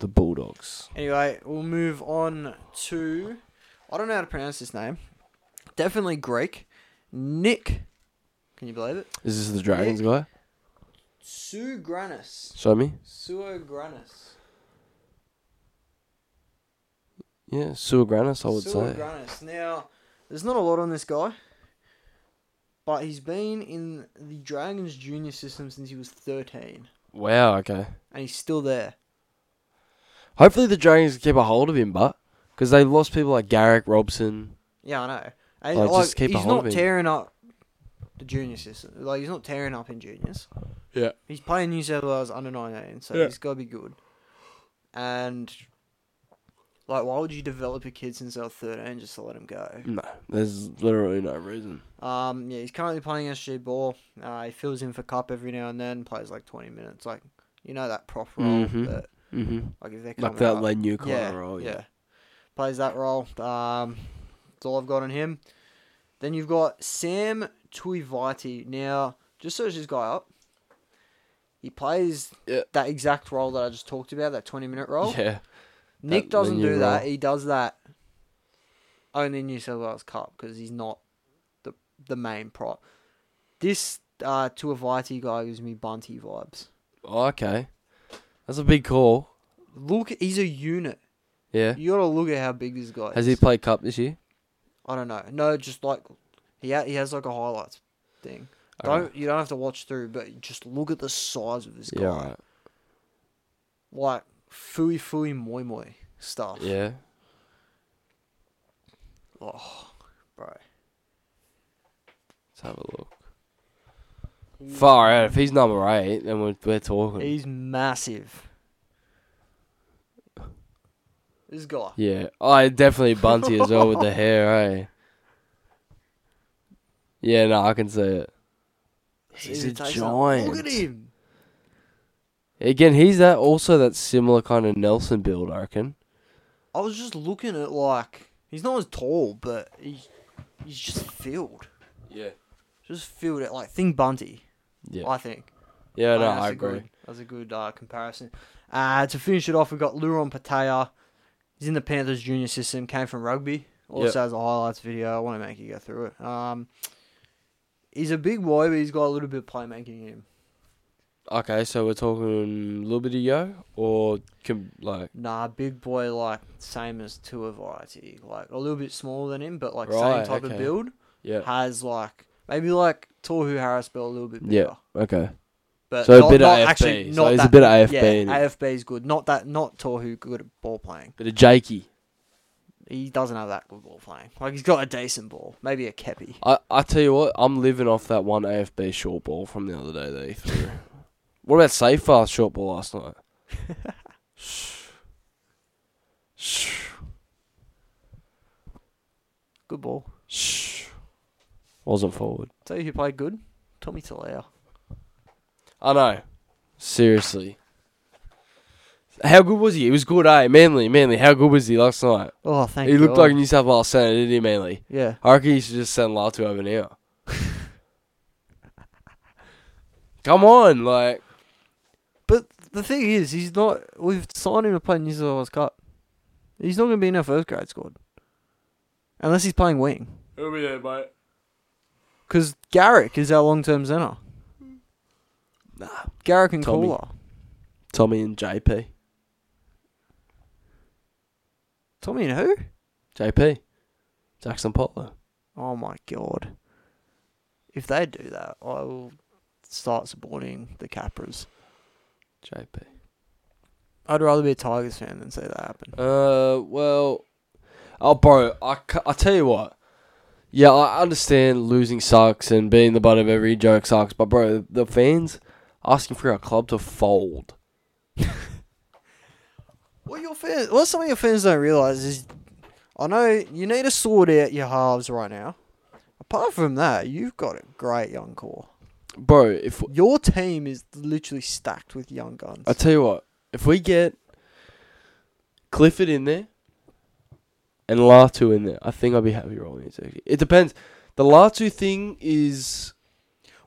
[SPEAKER 2] the Bulldogs.
[SPEAKER 1] Anyway, we'll move on to I don't know how to pronounce this name. Definitely Greek. Nick, can you believe it?
[SPEAKER 2] Is this the Dragons guy?
[SPEAKER 1] Sugranis.
[SPEAKER 2] Show me.
[SPEAKER 1] Suogranis.
[SPEAKER 2] Yeah, Suagranis, I would say.
[SPEAKER 1] Granis. Now, there's not a lot on this guy, but he's been in the Dragons junior system since he was 13,
[SPEAKER 2] Wow, okay.
[SPEAKER 1] and he's still there.
[SPEAKER 2] Hopefully the Dragons keep a hold of him, but because they lost people like Garrick Robson.
[SPEAKER 1] Yeah, I know. And,
[SPEAKER 2] Like,
[SPEAKER 1] like,
[SPEAKER 2] just keep a
[SPEAKER 1] he's
[SPEAKER 2] hold
[SPEAKER 1] not
[SPEAKER 2] of him.
[SPEAKER 1] tearing up the junior system. Like he's not tearing up in juniors.
[SPEAKER 2] Yeah.
[SPEAKER 1] He's playing New South Wales under 19, so
[SPEAKER 2] Yeah.
[SPEAKER 1] he's got to be good. And like, why would you develop a kid since they're 13 just to let him go?
[SPEAKER 2] No, there's literally no reason.
[SPEAKER 1] Um, yeah, he's currently playing SG ball. Uh, he fills in for cup every now and then, plays like 20 minutes. Like, you know that prop role,
[SPEAKER 2] Mhm.
[SPEAKER 1] that,
[SPEAKER 2] Mm-hmm.
[SPEAKER 1] like if they're coming
[SPEAKER 2] Like that
[SPEAKER 1] up-
[SPEAKER 2] Len Newcott
[SPEAKER 1] yeah,
[SPEAKER 2] role.
[SPEAKER 1] yeah.
[SPEAKER 2] Yeah.
[SPEAKER 1] Plays that role. Um, that's all I've got on him. Then you've got Sam Tuivati. Now, just search this guy up. He plays
[SPEAKER 2] Yeah.
[SPEAKER 1] that exact role that I just talked about, that 20 minute role.
[SPEAKER 2] Oh. yeah.
[SPEAKER 1] Nick
[SPEAKER 2] that
[SPEAKER 1] doesn't
[SPEAKER 2] linear
[SPEAKER 1] do that.
[SPEAKER 2] role.
[SPEAKER 1] He does that only in New South Wales Cup because he's not the the main prop. This uh, Tuivati guy gives me Bunty vibes.
[SPEAKER 2] Oh, okay. That's a big call.
[SPEAKER 1] Look, he's a unit.
[SPEAKER 2] Yeah.
[SPEAKER 1] You gotta look at how big this guy
[SPEAKER 2] Has
[SPEAKER 1] is.
[SPEAKER 2] he played cup this year?
[SPEAKER 1] I don't know. No, just like he ha- he has like a highlights thing.
[SPEAKER 2] Okay.
[SPEAKER 1] Don't you don't have to watch through, but just look at the size of this guy.
[SPEAKER 2] Yeah. Right.
[SPEAKER 1] Like fui fui moi moi stuff.
[SPEAKER 2] Yeah.
[SPEAKER 1] Oh, bro.
[SPEAKER 2] Let's have a look. Far out. If he's number eight, then we're, we're talking.
[SPEAKER 1] He's massive. This guy.
[SPEAKER 2] yeah. I definitely Bunty as well with the hair, eh? Yeah, no, I can see it. He's a
[SPEAKER 1] Even takes up- Look
[SPEAKER 2] giant.
[SPEAKER 1] at him.
[SPEAKER 2] Again, he's that also that similar kind of Nelson build, I reckon.
[SPEAKER 1] I was just looking at like he's not as tall, but he's he's just filled.
[SPEAKER 2] Yeah.
[SPEAKER 1] Just filled it like thing Bunty.
[SPEAKER 2] Yeah.
[SPEAKER 1] I think.
[SPEAKER 2] yeah, no,
[SPEAKER 1] think
[SPEAKER 2] I
[SPEAKER 1] that's a
[SPEAKER 2] agree.
[SPEAKER 1] Good, that's a good uh, comparison. Uh, to finish it off, we've got Luron Patea. He's in the Panthers junior system, came from rugby. Also
[SPEAKER 2] Yep.
[SPEAKER 1] has a highlights video. I want to make you go through it. Um, he's a big boy, but he's got a little bit of playmaking in him.
[SPEAKER 2] Okay, so we're talking Lubidio or com- like
[SPEAKER 1] Nah, big boy, like same as Tuivati. Like a little bit smaller than him, but like same
[SPEAKER 2] Right,
[SPEAKER 1] type
[SPEAKER 2] okay.
[SPEAKER 1] of build.
[SPEAKER 2] yeah.
[SPEAKER 1] Has like maybe like Torhu Harris, but a little bit bigger.
[SPEAKER 2] Yeah. Okay.
[SPEAKER 1] But
[SPEAKER 2] So a
[SPEAKER 1] not,
[SPEAKER 2] bit of
[SPEAKER 1] not
[SPEAKER 2] AFB.
[SPEAKER 1] Actually,
[SPEAKER 2] So
[SPEAKER 1] not
[SPEAKER 2] he's a
[SPEAKER 1] that,
[SPEAKER 2] bit of AFB in it.
[SPEAKER 1] Yeah, AFB is good. Not that. Not Torhu good at ball playing.
[SPEAKER 2] Bit of Jakey.
[SPEAKER 1] he doesn't have that good ball playing. Like he's got a decent ball, maybe a kepi.
[SPEAKER 2] I I tell you what, I'm living off that one AFB short ball from the other day that he threw. what about safe fast short ball last night? Shh.
[SPEAKER 1] Good ball.
[SPEAKER 2] Shh. Wasn't forward.
[SPEAKER 1] Tell you who played good, Tommy Talao.
[SPEAKER 2] I know. Seriously. How good was he? He was good, eh? Manly, manly. How good was he last night?
[SPEAKER 1] Oh, thank
[SPEAKER 2] he
[SPEAKER 1] you.
[SPEAKER 2] looked like a New South Wales senator, didn't he, Manly?
[SPEAKER 1] yeah.
[SPEAKER 2] I reckon you should just send Latu over now. Come on, like
[SPEAKER 1] But the thing is, he's not. We've signed him to play New South Wales Cup. He's not going to be in our first grade squad, unless he's playing wing.
[SPEAKER 2] Who be there, mate?
[SPEAKER 1] Because Garrick is our long-term centre.
[SPEAKER 2] Nah.
[SPEAKER 1] Garrick and
[SPEAKER 2] Tommy.
[SPEAKER 1] Cooler.
[SPEAKER 2] Tommy and JP.
[SPEAKER 1] Tommy and who?
[SPEAKER 2] JP. Jackson Potler.
[SPEAKER 1] Oh my god. If they do that, I will start supporting the Capras.
[SPEAKER 2] JP.
[SPEAKER 1] I'd rather be a Tigers fan than see that happen.
[SPEAKER 2] Uh, well, oh, bro, I, c- I tell you what. Yeah, I understand losing sucks and being the butt of every joke sucks, but bro, the fans asking for our club to fold.
[SPEAKER 1] What your fans? What some of your fans don't realize is, I know you need to sort out your halves right now. Apart from that, you've got a great young core.
[SPEAKER 2] Bro, if
[SPEAKER 1] Your team is literally stacked with young guns.
[SPEAKER 2] I tell you what, if we get Clifford in there and Latu in there, I think I'd be happy rolling it. Actually, it depends. The Latu thing is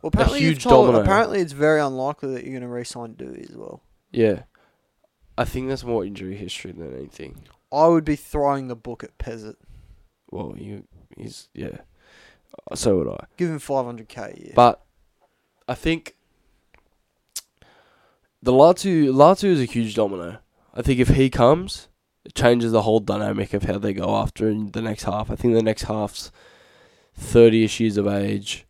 [SPEAKER 1] well, apparently, you've
[SPEAKER 2] huge
[SPEAKER 1] told,
[SPEAKER 2] domino.
[SPEAKER 1] apparently it's very unlikely that you're going to re-sign Dewey as well.
[SPEAKER 2] yeah. I think that's more injury history than anything.
[SPEAKER 1] I would be throwing the book at Pezzett.
[SPEAKER 2] Well, you he's yeah. So would I.
[SPEAKER 1] Give him 500k a year.
[SPEAKER 2] But I think the Latu Latu is a huge domino. I think if he comes, it changes the whole dynamic of how they go after in the next half. I think the next half's thirty-ish years of age.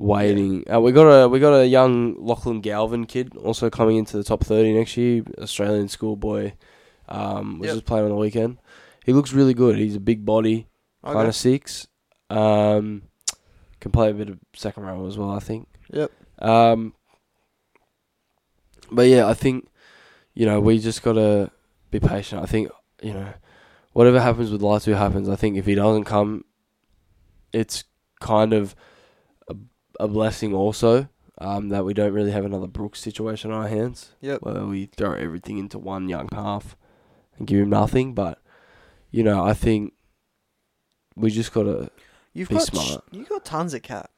[SPEAKER 2] Waiting. Uh, we got a we got a young Lachlan Galvin kid also coming into the top thirty next year. Australian schoolboy, um, was
[SPEAKER 1] Yep.
[SPEAKER 2] just playing on the weekend. He looks really good. He's a big body
[SPEAKER 1] Okay.
[SPEAKER 2] kind of six. Um, can play a bit of second row as well, I think.
[SPEAKER 1] Yep.
[SPEAKER 2] Um, but yeah, I think you know we just gotta be patient. I think you know whatever happens with Latu happens. I think if he doesn't come, it's kind of a, a blessing also um, that we don't really have another Brooks situation on our hands
[SPEAKER 1] Yep.
[SPEAKER 2] where we throw everything into one young half and give him nothing. But you know, I think we just gotta.
[SPEAKER 1] You've
[SPEAKER 2] Be
[SPEAKER 1] got
[SPEAKER 2] smart.
[SPEAKER 1] you got tons of cap.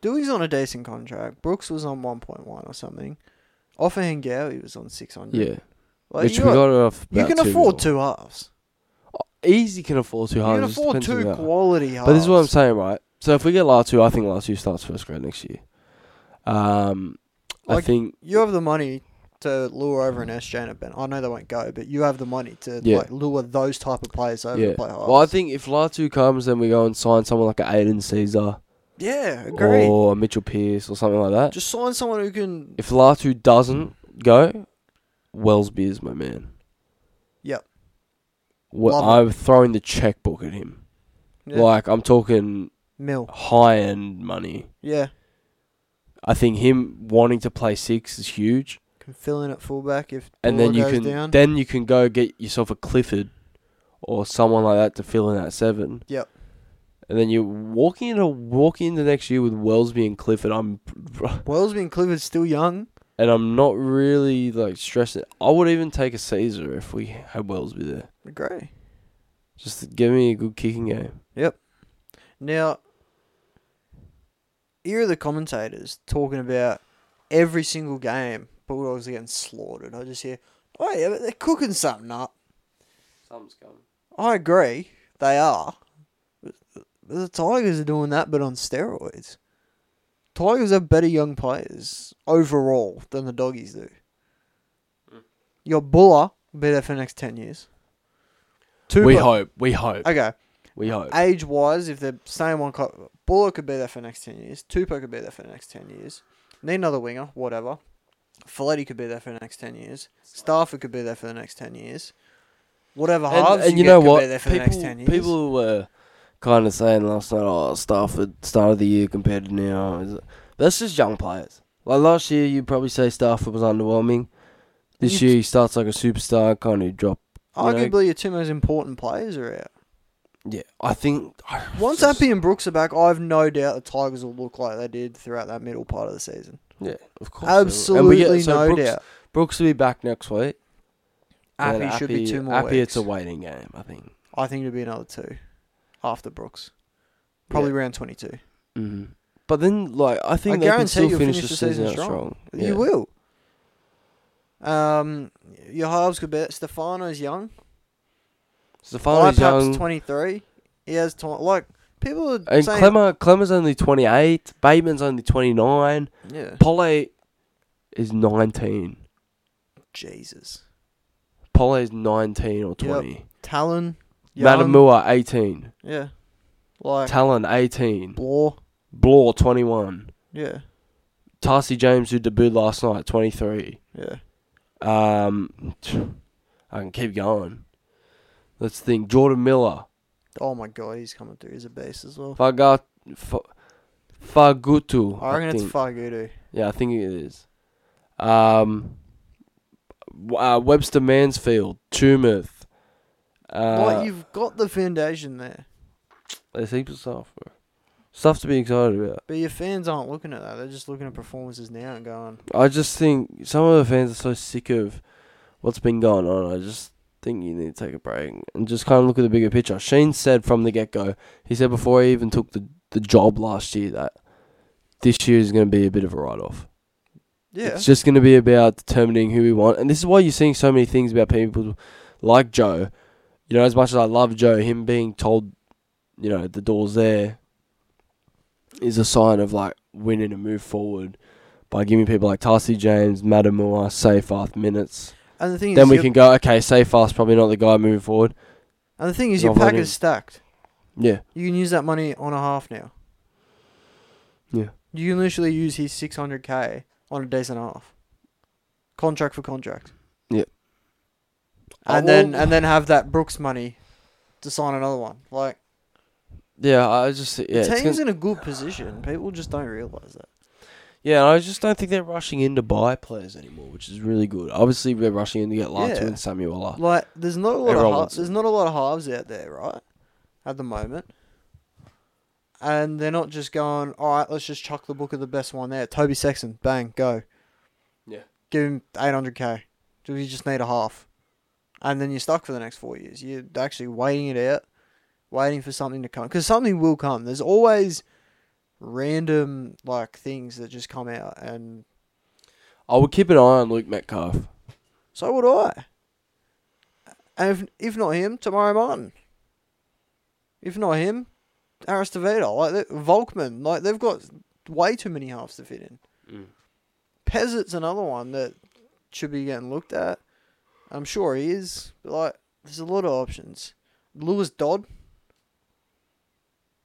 [SPEAKER 1] Dewey's on a decent contract. Brooks was on one point one or something. Offa Hengawi was on six hundred.
[SPEAKER 2] Yeah,
[SPEAKER 1] Like,
[SPEAKER 2] which
[SPEAKER 1] you,
[SPEAKER 2] we
[SPEAKER 1] got-
[SPEAKER 2] got it off.
[SPEAKER 1] you
[SPEAKER 2] about
[SPEAKER 1] can
[SPEAKER 2] two
[SPEAKER 1] afford
[SPEAKER 2] mil.
[SPEAKER 1] two halves.
[SPEAKER 2] Easy can afford two
[SPEAKER 1] You
[SPEAKER 2] halves.
[SPEAKER 1] can
[SPEAKER 2] it just
[SPEAKER 1] afford
[SPEAKER 2] depends on
[SPEAKER 1] two
[SPEAKER 2] that.
[SPEAKER 1] quality halves.
[SPEAKER 2] But this is what I'm saying, right? So if we get Latu, I think Latu starts first grade next year. Um, I
[SPEAKER 1] Like-
[SPEAKER 2] think
[SPEAKER 1] You have the money to lure over an SJ and a Ben. I know they won't go, but you have the money to
[SPEAKER 2] Yeah.
[SPEAKER 1] like lure those type of players over
[SPEAKER 2] yeah.
[SPEAKER 1] to play halves.
[SPEAKER 2] Well, I think if Latu comes, then we go and sign someone like an Aiden Caesar
[SPEAKER 1] yeah, agree.
[SPEAKER 2] or a Mitchell Pearce or something like that.
[SPEAKER 1] Just sign someone who can.
[SPEAKER 2] If Latu doesn't go, Wellsby is my man.
[SPEAKER 1] Yep.
[SPEAKER 2] Well,
[SPEAKER 1] Love
[SPEAKER 2] I'm throwing the checkbook at him.
[SPEAKER 1] yeah,
[SPEAKER 2] Like I'm talking
[SPEAKER 1] Mill.
[SPEAKER 2] high end money.
[SPEAKER 1] Yeah,
[SPEAKER 2] I think him wanting to play six is huge,
[SPEAKER 1] can fill in at fullback if
[SPEAKER 2] and
[SPEAKER 1] Buller
[SPEAKER 2] then you
[SPEAKER 1] goes
[SPEAKER 2] can
[SPEAKER 1] down.
[SPEAKER 2] then you can go get yourself a Clifford or someone like that to fill in that seven.
[SPEAKER 1] Yep.
[SPEAKER 2] And then you're walking into walking into next year with Wellsby and Clifford. I'm
[SPEAKER 1] Wellesby and Clifford's still young.
[SPEAKER 2] and I'm not really like stressing. I would even take a Caesar if we had Wellsby there.
[SPEAKER 1] Agree.
[SPEAKER 2] Just give me a good kicking game.
[SPEAKER 1] Now, here are the commentators talking about every single game. Bulldogs are getting slaughtered. I just hear, oh yeah, but they're cooking something up.
[SPEAKER 2] Something's coming.
[SPEAKER 1] I agree, they are. But the Tigers are doing that, but on steroids. Tigers have better young players overall than the doggies do. Your Buller will be there for the next ten years. Two
[SPEAKER 2] We
[SPEAKER 1] bu-
[SPEAKER 2] hope. We hope.
[SPEAKER 1] Okay,
[SPEAKER 2] We hope.
[SPEAKER 1] age wise, if they're staying one club, Buller could be there for the next 10 years. Tupac could be there for the next 10 years. Need another winger, whatever. Folletti could be there for the next 10 years. Stafford could be there for the next 10 years. Whatever halves
[SPEAKER 2] and, and you
[SPEAKER 1] get
[SPEAKER 2] know
[SPEAKER 1] could
[SPEAKER 2] what?
[SPEAKER 1] be there for
[SPEAKER 2] people,
[SPEAKER 1] the next 10 years.
[SPEAKER 2] people were kind of saying last night, "Oh, Stafford start of the year compared to now." Is it- That's just young players. Like last year, you'd probably say Stafford was underwhelming. This
[SPEAKER 1] You'd-
[SPEAKER 2] year, he starts like a superstar, kind of drop. you know-
[SPEAKER 1] Arguably, your two most important players are out.
[SPEAKER 2] Yeah, I think
[SPEAKER 1] Once Appy and Brooks are back, I have no doubt the Tigers will look like they did throughout that middle part of the season.
[SPEAKER 2] Yeah, of course. they will. And we
[SPEAKER 1] Absolutely
[SPEAKER 2] get- so
[SPEAKER 1] no
[SPEAKER 2] Brooks,
[SPEAKER 1] doubt.
[SPEAKER 2] Brooks will be back next week. and
[SPEAKER 1] Appy,
[SPEAKER 2] then
[SPEAKER 1] should be two more
[SPEAKER 2] Appy,
[SPEAKER 1] weeks.
[SPEAKER 2] it's a waiting game, I think.
[SPEAKER 1] I think it'll be another two after Brooks. Probably round 22.
[SPEAKER 2] hmm But then, like, I think
[SPEAKER 1] I
[SPEAKER 2] they can
[SPEAKER 1] guarantee
[SPEAKER 2] still
[SPEAKER 1] you'll
[SPEAKER 2] finish the season, out strong. Yeah.
[SPEAKER 1] You will. Um, your halves could bet Stefano's young.
[SPEAKER 2] Stefano's young,
[SPEAKER 1] twenty three. He has time. Like people are
[SPEAKER 2] and
[SPEAKER 1] saying,
[SPEAKER 2] Clemmer. Clemmer's only twenty eight. Bateman's only twenty nine.
[SPEAKER 1] yeah,
[SPEAKER 2] Polly is nineteen.
[SPEAKER 1] Jesus,
[SPEAKER 2] Polly is nineteen or twenty.
[SPEAKER 1] Talon, young,
[SPEAKER 2] Matamua eighteen.
[SPEAKER 1] yeah, like
[SPEAKER 2] Talon eighteen.
[SPEAKER 1] Blaw,
[SPEAKER 2] Blore twenty one.
[SPEAKER 1] yeah,
[SPEAKER 2] Tarsi James who debuted last night twenty three.
[SPEAKER 1] yeah,
[SPEAKER 2] Um, I can keep going. Let's think. Jordan Miller.
[SPEAKER 1] oh my God, he's coming through. He's a beast as well.
[SPEAKER 2] Fagat. Fa- Fagutu.
[SPEAKER 1] I reckon
[SPEAKER 2] think.
[SPEAKER 1] it's Fagudu.
[SPEAKER 2] Yeah, I think it is. Um, w- uh, Webster Mansfield, Tumouth.
[SPEAKER 1] like
[SPEAKER 2] Uh,
[SPEAKER 1] you've got the foundation there,
[SPEAKER 2] there's heaps of stuff, bro. Stuff to be excited about.
[SPEAKER 1] but your fans aren't looking at that. They're just looking at performances now and going,
[SPEAKER 2] I just think some of the fans are so sick of what's been going on. I just think you need to take a break and just kind of look at the bigger picture. Sheen said from the get go, he said before he even took the, the job last year that this year is going to be a bit of a write off.
[SPEAKER 1] yeah,
[SPEAKER 2] It's just going to be about determining who we want. And this is why you're seeing so many things about people like Joe. You know, as much as I love Joe, him being told, you know, the door's there is a sign of like we need to move forward by giving people like Tarsi James, Matamua, Safarth minutes.
[SPEAKER 1] And the thing
[SPEAKER 2] Then
[SPEAKER 1] is,
[SPEAKER 2] we
[SPEAKER 1] your-
[SPEAKER 2] can go, okay, safe fast, probably not the guy moving forward.
[SPEAKER 1] and the thing is, your
[SPEAKER 2] Not
[SPEAKER 1] pack
[SPEAKER 2] really.
[SPEAKER 1] is stacked.
[SPEAKER 2] Yeah.
[SPEAKER 1] You can use that money on a half now.
[SPEAKER 2] Yeah.
[SPEAKER 1] You can literally use his 600k on a decent half, contract for contract.
[SPEAKER 2] Yeah.
[SPEAKER 1] And
[SPEAKER 2] Oh,
[SPEAKER 1] then
[SPEAKER 2] well-
[SPEAKER 1] and then have that Brooks money to sign another one. Like
[SPEAKER 2] Yeah, I just, yeah. it's
[SPEAKER 1] the team's
[SPEAKER 2] gonna-
[SPEAKER 1] in a good position. People just don't realize that.
[SPEAKER 2] Yeah, and I just don't think they're rushing in to buy players anymore, which is really good. Obviously, we're rushing in to get Latu
[SPEAKER 1] Yeah.
[SPEAKER 2] and Samuela.
[SPEAKER 1] Like there's not a lot
[SPEAKER 2] Everyone
[SPEAKER 1] of
[SPEAKER 2] wants
[SPEAKER 1] ha-
[SPEAKER 2] it.
[SPEAKER 1] there's not a lot of halves out there, right? At the moment. And they're not just going, all right, let's just chuck the book of the best one there. Toby Sexton, bang, go.
[SPEAKER 2] Yeah.
[SPEAKER 1] Give him 800k. Do you just need a half? And then you're stuck for the next four years. You're actually waiting it out, waiting for something to come. Because something will come. There's always random like things that just come out, and
[SPEAKER 2] I would keep an eye on Luke Metcalf.
[SPEAKER 1] so would I. And if, if not him, tomorrow Martin. If not him, Aris DeVito. Like they- Volkman. Like they've got way too many halves to fit in.
[SPEAKER 2] Mm.
[SPEAKER 1] Pezzett's another one that should be getting looked at. I'm sure he is. But like there's a lot of options. Lewis Dodd.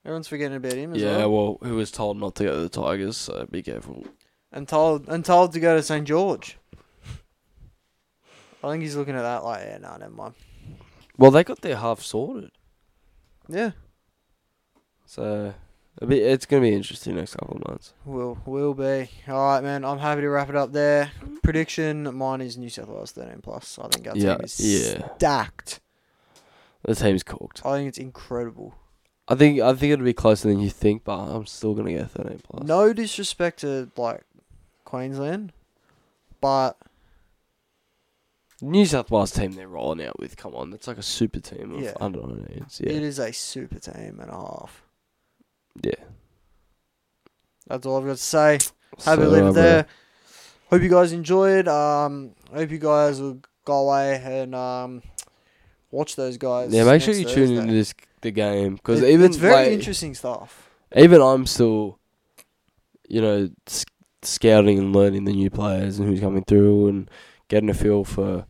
[SPEAKER 1] Everyone's forgetting about him as
[SPEAKER 2] Yeah,
[SPEAKER 1] well.
[SPEAKER 2] well, who was told not to go to the Tigers, so be careful.
[SPEAKER 1] And told and told to go to St George. I think he's looking at that like, yeah, no, never mind.
[SPEAKER 2] Well, they got their half sorted,
[SPEAKER 1] Yeah.
[SPEAKER 2] so it'll be, it's going to be interesting next couple of months.
[SPEAKER 1] Will will be. All right, man. I'm happy to wrap it up there. Prediction: Mine is New South Wales 13 plus. I think our
[SPEAKER 2] Yeah,
[SPEAKER 1] team is
[SPEAKER 2] yeah.
[SPEAKER 1] stacked.
[SPEAKER 2] The team's cooked.
[SPEAKER 1] I think it's incredible.
[SPEAKER 2] I think I think it'll be closer than you think, but I'm still going to go 13 plus.
[SPEAKER 1] No disrespect to like Queensland, but
[SPEAKER 2] New South Wales team they're rolling out with. Come on, that's like a super team of
[SPEAKER 1] Yeah.
[SPEAKER 2] under 19s. Yeah,
[SPEAKER 1] it is a super team and a half.
[SPEAKER 2] yeah.
[SPEAKER 1] That's all I've got to say. Happy to
[SPEAKER 2] So,
[SPEAKER 1] leave
[SPEAKER 2] uh,
[SPEAKER 1] it there. Hope you guys enjoyed. Um, hope you guys will go away and um, watch those guys.
[SPEAKER 2] Yeah, make sure
[SPEAKER 1] next
[SPEAKER 2] you tune into
[SPEAKER 1] Thursday.
[SPEAKER 2] this the game because
[SPEAKER 1] It-
[SPEAKER 2] even
[SPEAKER 1] it's very
[SPEAKER 2] like,
[SPEAKER 1] interesting stuff.
[SPEAKER 2] even I'm still, you know, sc- scouting and learning the new players and who's coming through and getting a feel for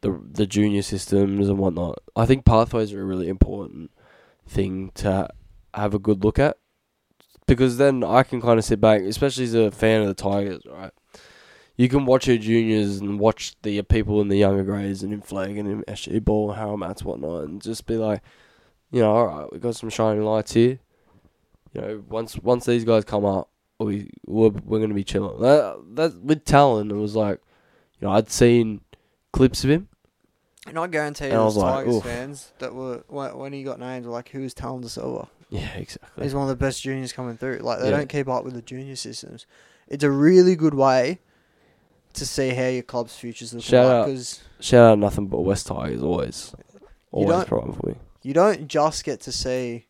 [SPEAKER 2] the the junior systems and whatnot. I think pathways are a really important thing to have a good look at because then I can kind of sit back, especially as a fan of the Tigers, right? You can watch your juniors and watch the people in the younger grades and in flag and in SG ball, Harold Mats, whatnot, and just be like, you know, all right, we've got some shining lights here you know, once once these guys come up, we we're, we're gonna be chilling. That, that with Talon, it was like, you know, I'd seen clips of him.
[SPEAKER 1] And I guarantee
[SPEAKER 2] And I
[SPEAKER 1] those
[SPEAKER 2] was like,
[SPEAKER 1] Tigers
[SPEAKER 2] "Oof."
[SPEAKER 1] fans that were when when he got named were like, "Who is Talon De Silva?
[SPEAKER 2] Yeah, exactly.
[SPEAKER 1] He's one of the best juniors coming through." Like they
[SPEAKER 2] Yeah.
[SPEAKER 1] don't keep up with the junior systems. It's a really good way to see how your club's futures looking
[SPEAKER 2] Shout
[SPEAKER 1] like
[SPEAKER 2] out.
[SPEAKER 1] because
[SPEAKER 2] Shout out nothing but West Tigers always, always
[SPEAKER 1] don't-
[SPEAKER 2] problem for me.
[SPEAKER 1] you don't just get to see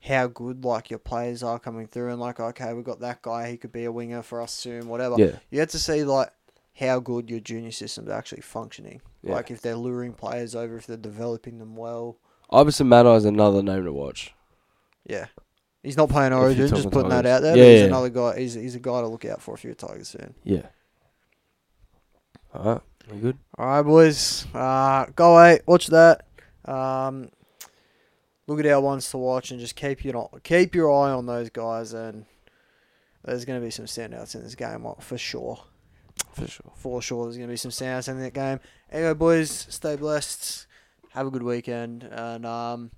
[SPEAKER 1] how good like your players are coming through and like okay we've got that guy he could be a winger for us soon whatever
[SPEAKER 2] Yeah,
[SPEAKER 1] you get to see like how good your junior systems are actually functioning
[SPEAKER 2] yeah.
[SPEAKER 1] like if they're luring players over if they're developing them well
[SPEAKER 2] Iverson Maddow is another name to watch.
[SPEAKER 1] Yeah. He's not playing
[SPEAKER 2] If you're
[SPEAKER 1] Origin, just
[SPEAKER 2] talking
[SPEAKER 1] putting that
[SPEAKER 2] Tigers.
[SPEAKER 1] out there. but
[SPEAKER 2] Yeah,
[SPEAKER 1] he's
[SPEAKER 2] yeah.
[SPEAKER 1] another guy. He's, he's a guy to look out for if you're a Tigers fan.
[SPEAKER 2] Yeah. All right, we good.
[SPEAKER 1] All right, boys. Uh, go away, watch that. Um, look at our ones to watch and just keep your keep your eye on those guys. And there's going to be some standouts in this game uh, for sure.
[SPEAKER 2] For sure.
[SPEAKER 1] For sure, there's going to be some standouts in that game. Anyway, boys, stay blessed. Have a good weekend, and um,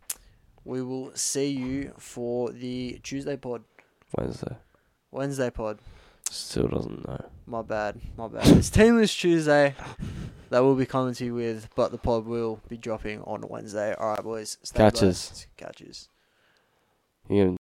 [SPEAKER 1] we will see you for the Tuesday pod,
[SPEAKER 2] Wednesday.
[SPEAKER 1] Wednesday pod.
[SPEAKER 2] Still doesn't know.
[SPEAKER 1] My bad, my bad. It's Teamless Tuesday that we'll be coming to you with, but the pod will be dropping on Wednesday. All right, boys. Stay
[SPEAKER 2] Catches.
[SPEAKER 1] blessed. Catches.
[SPEAKER 2] You gonna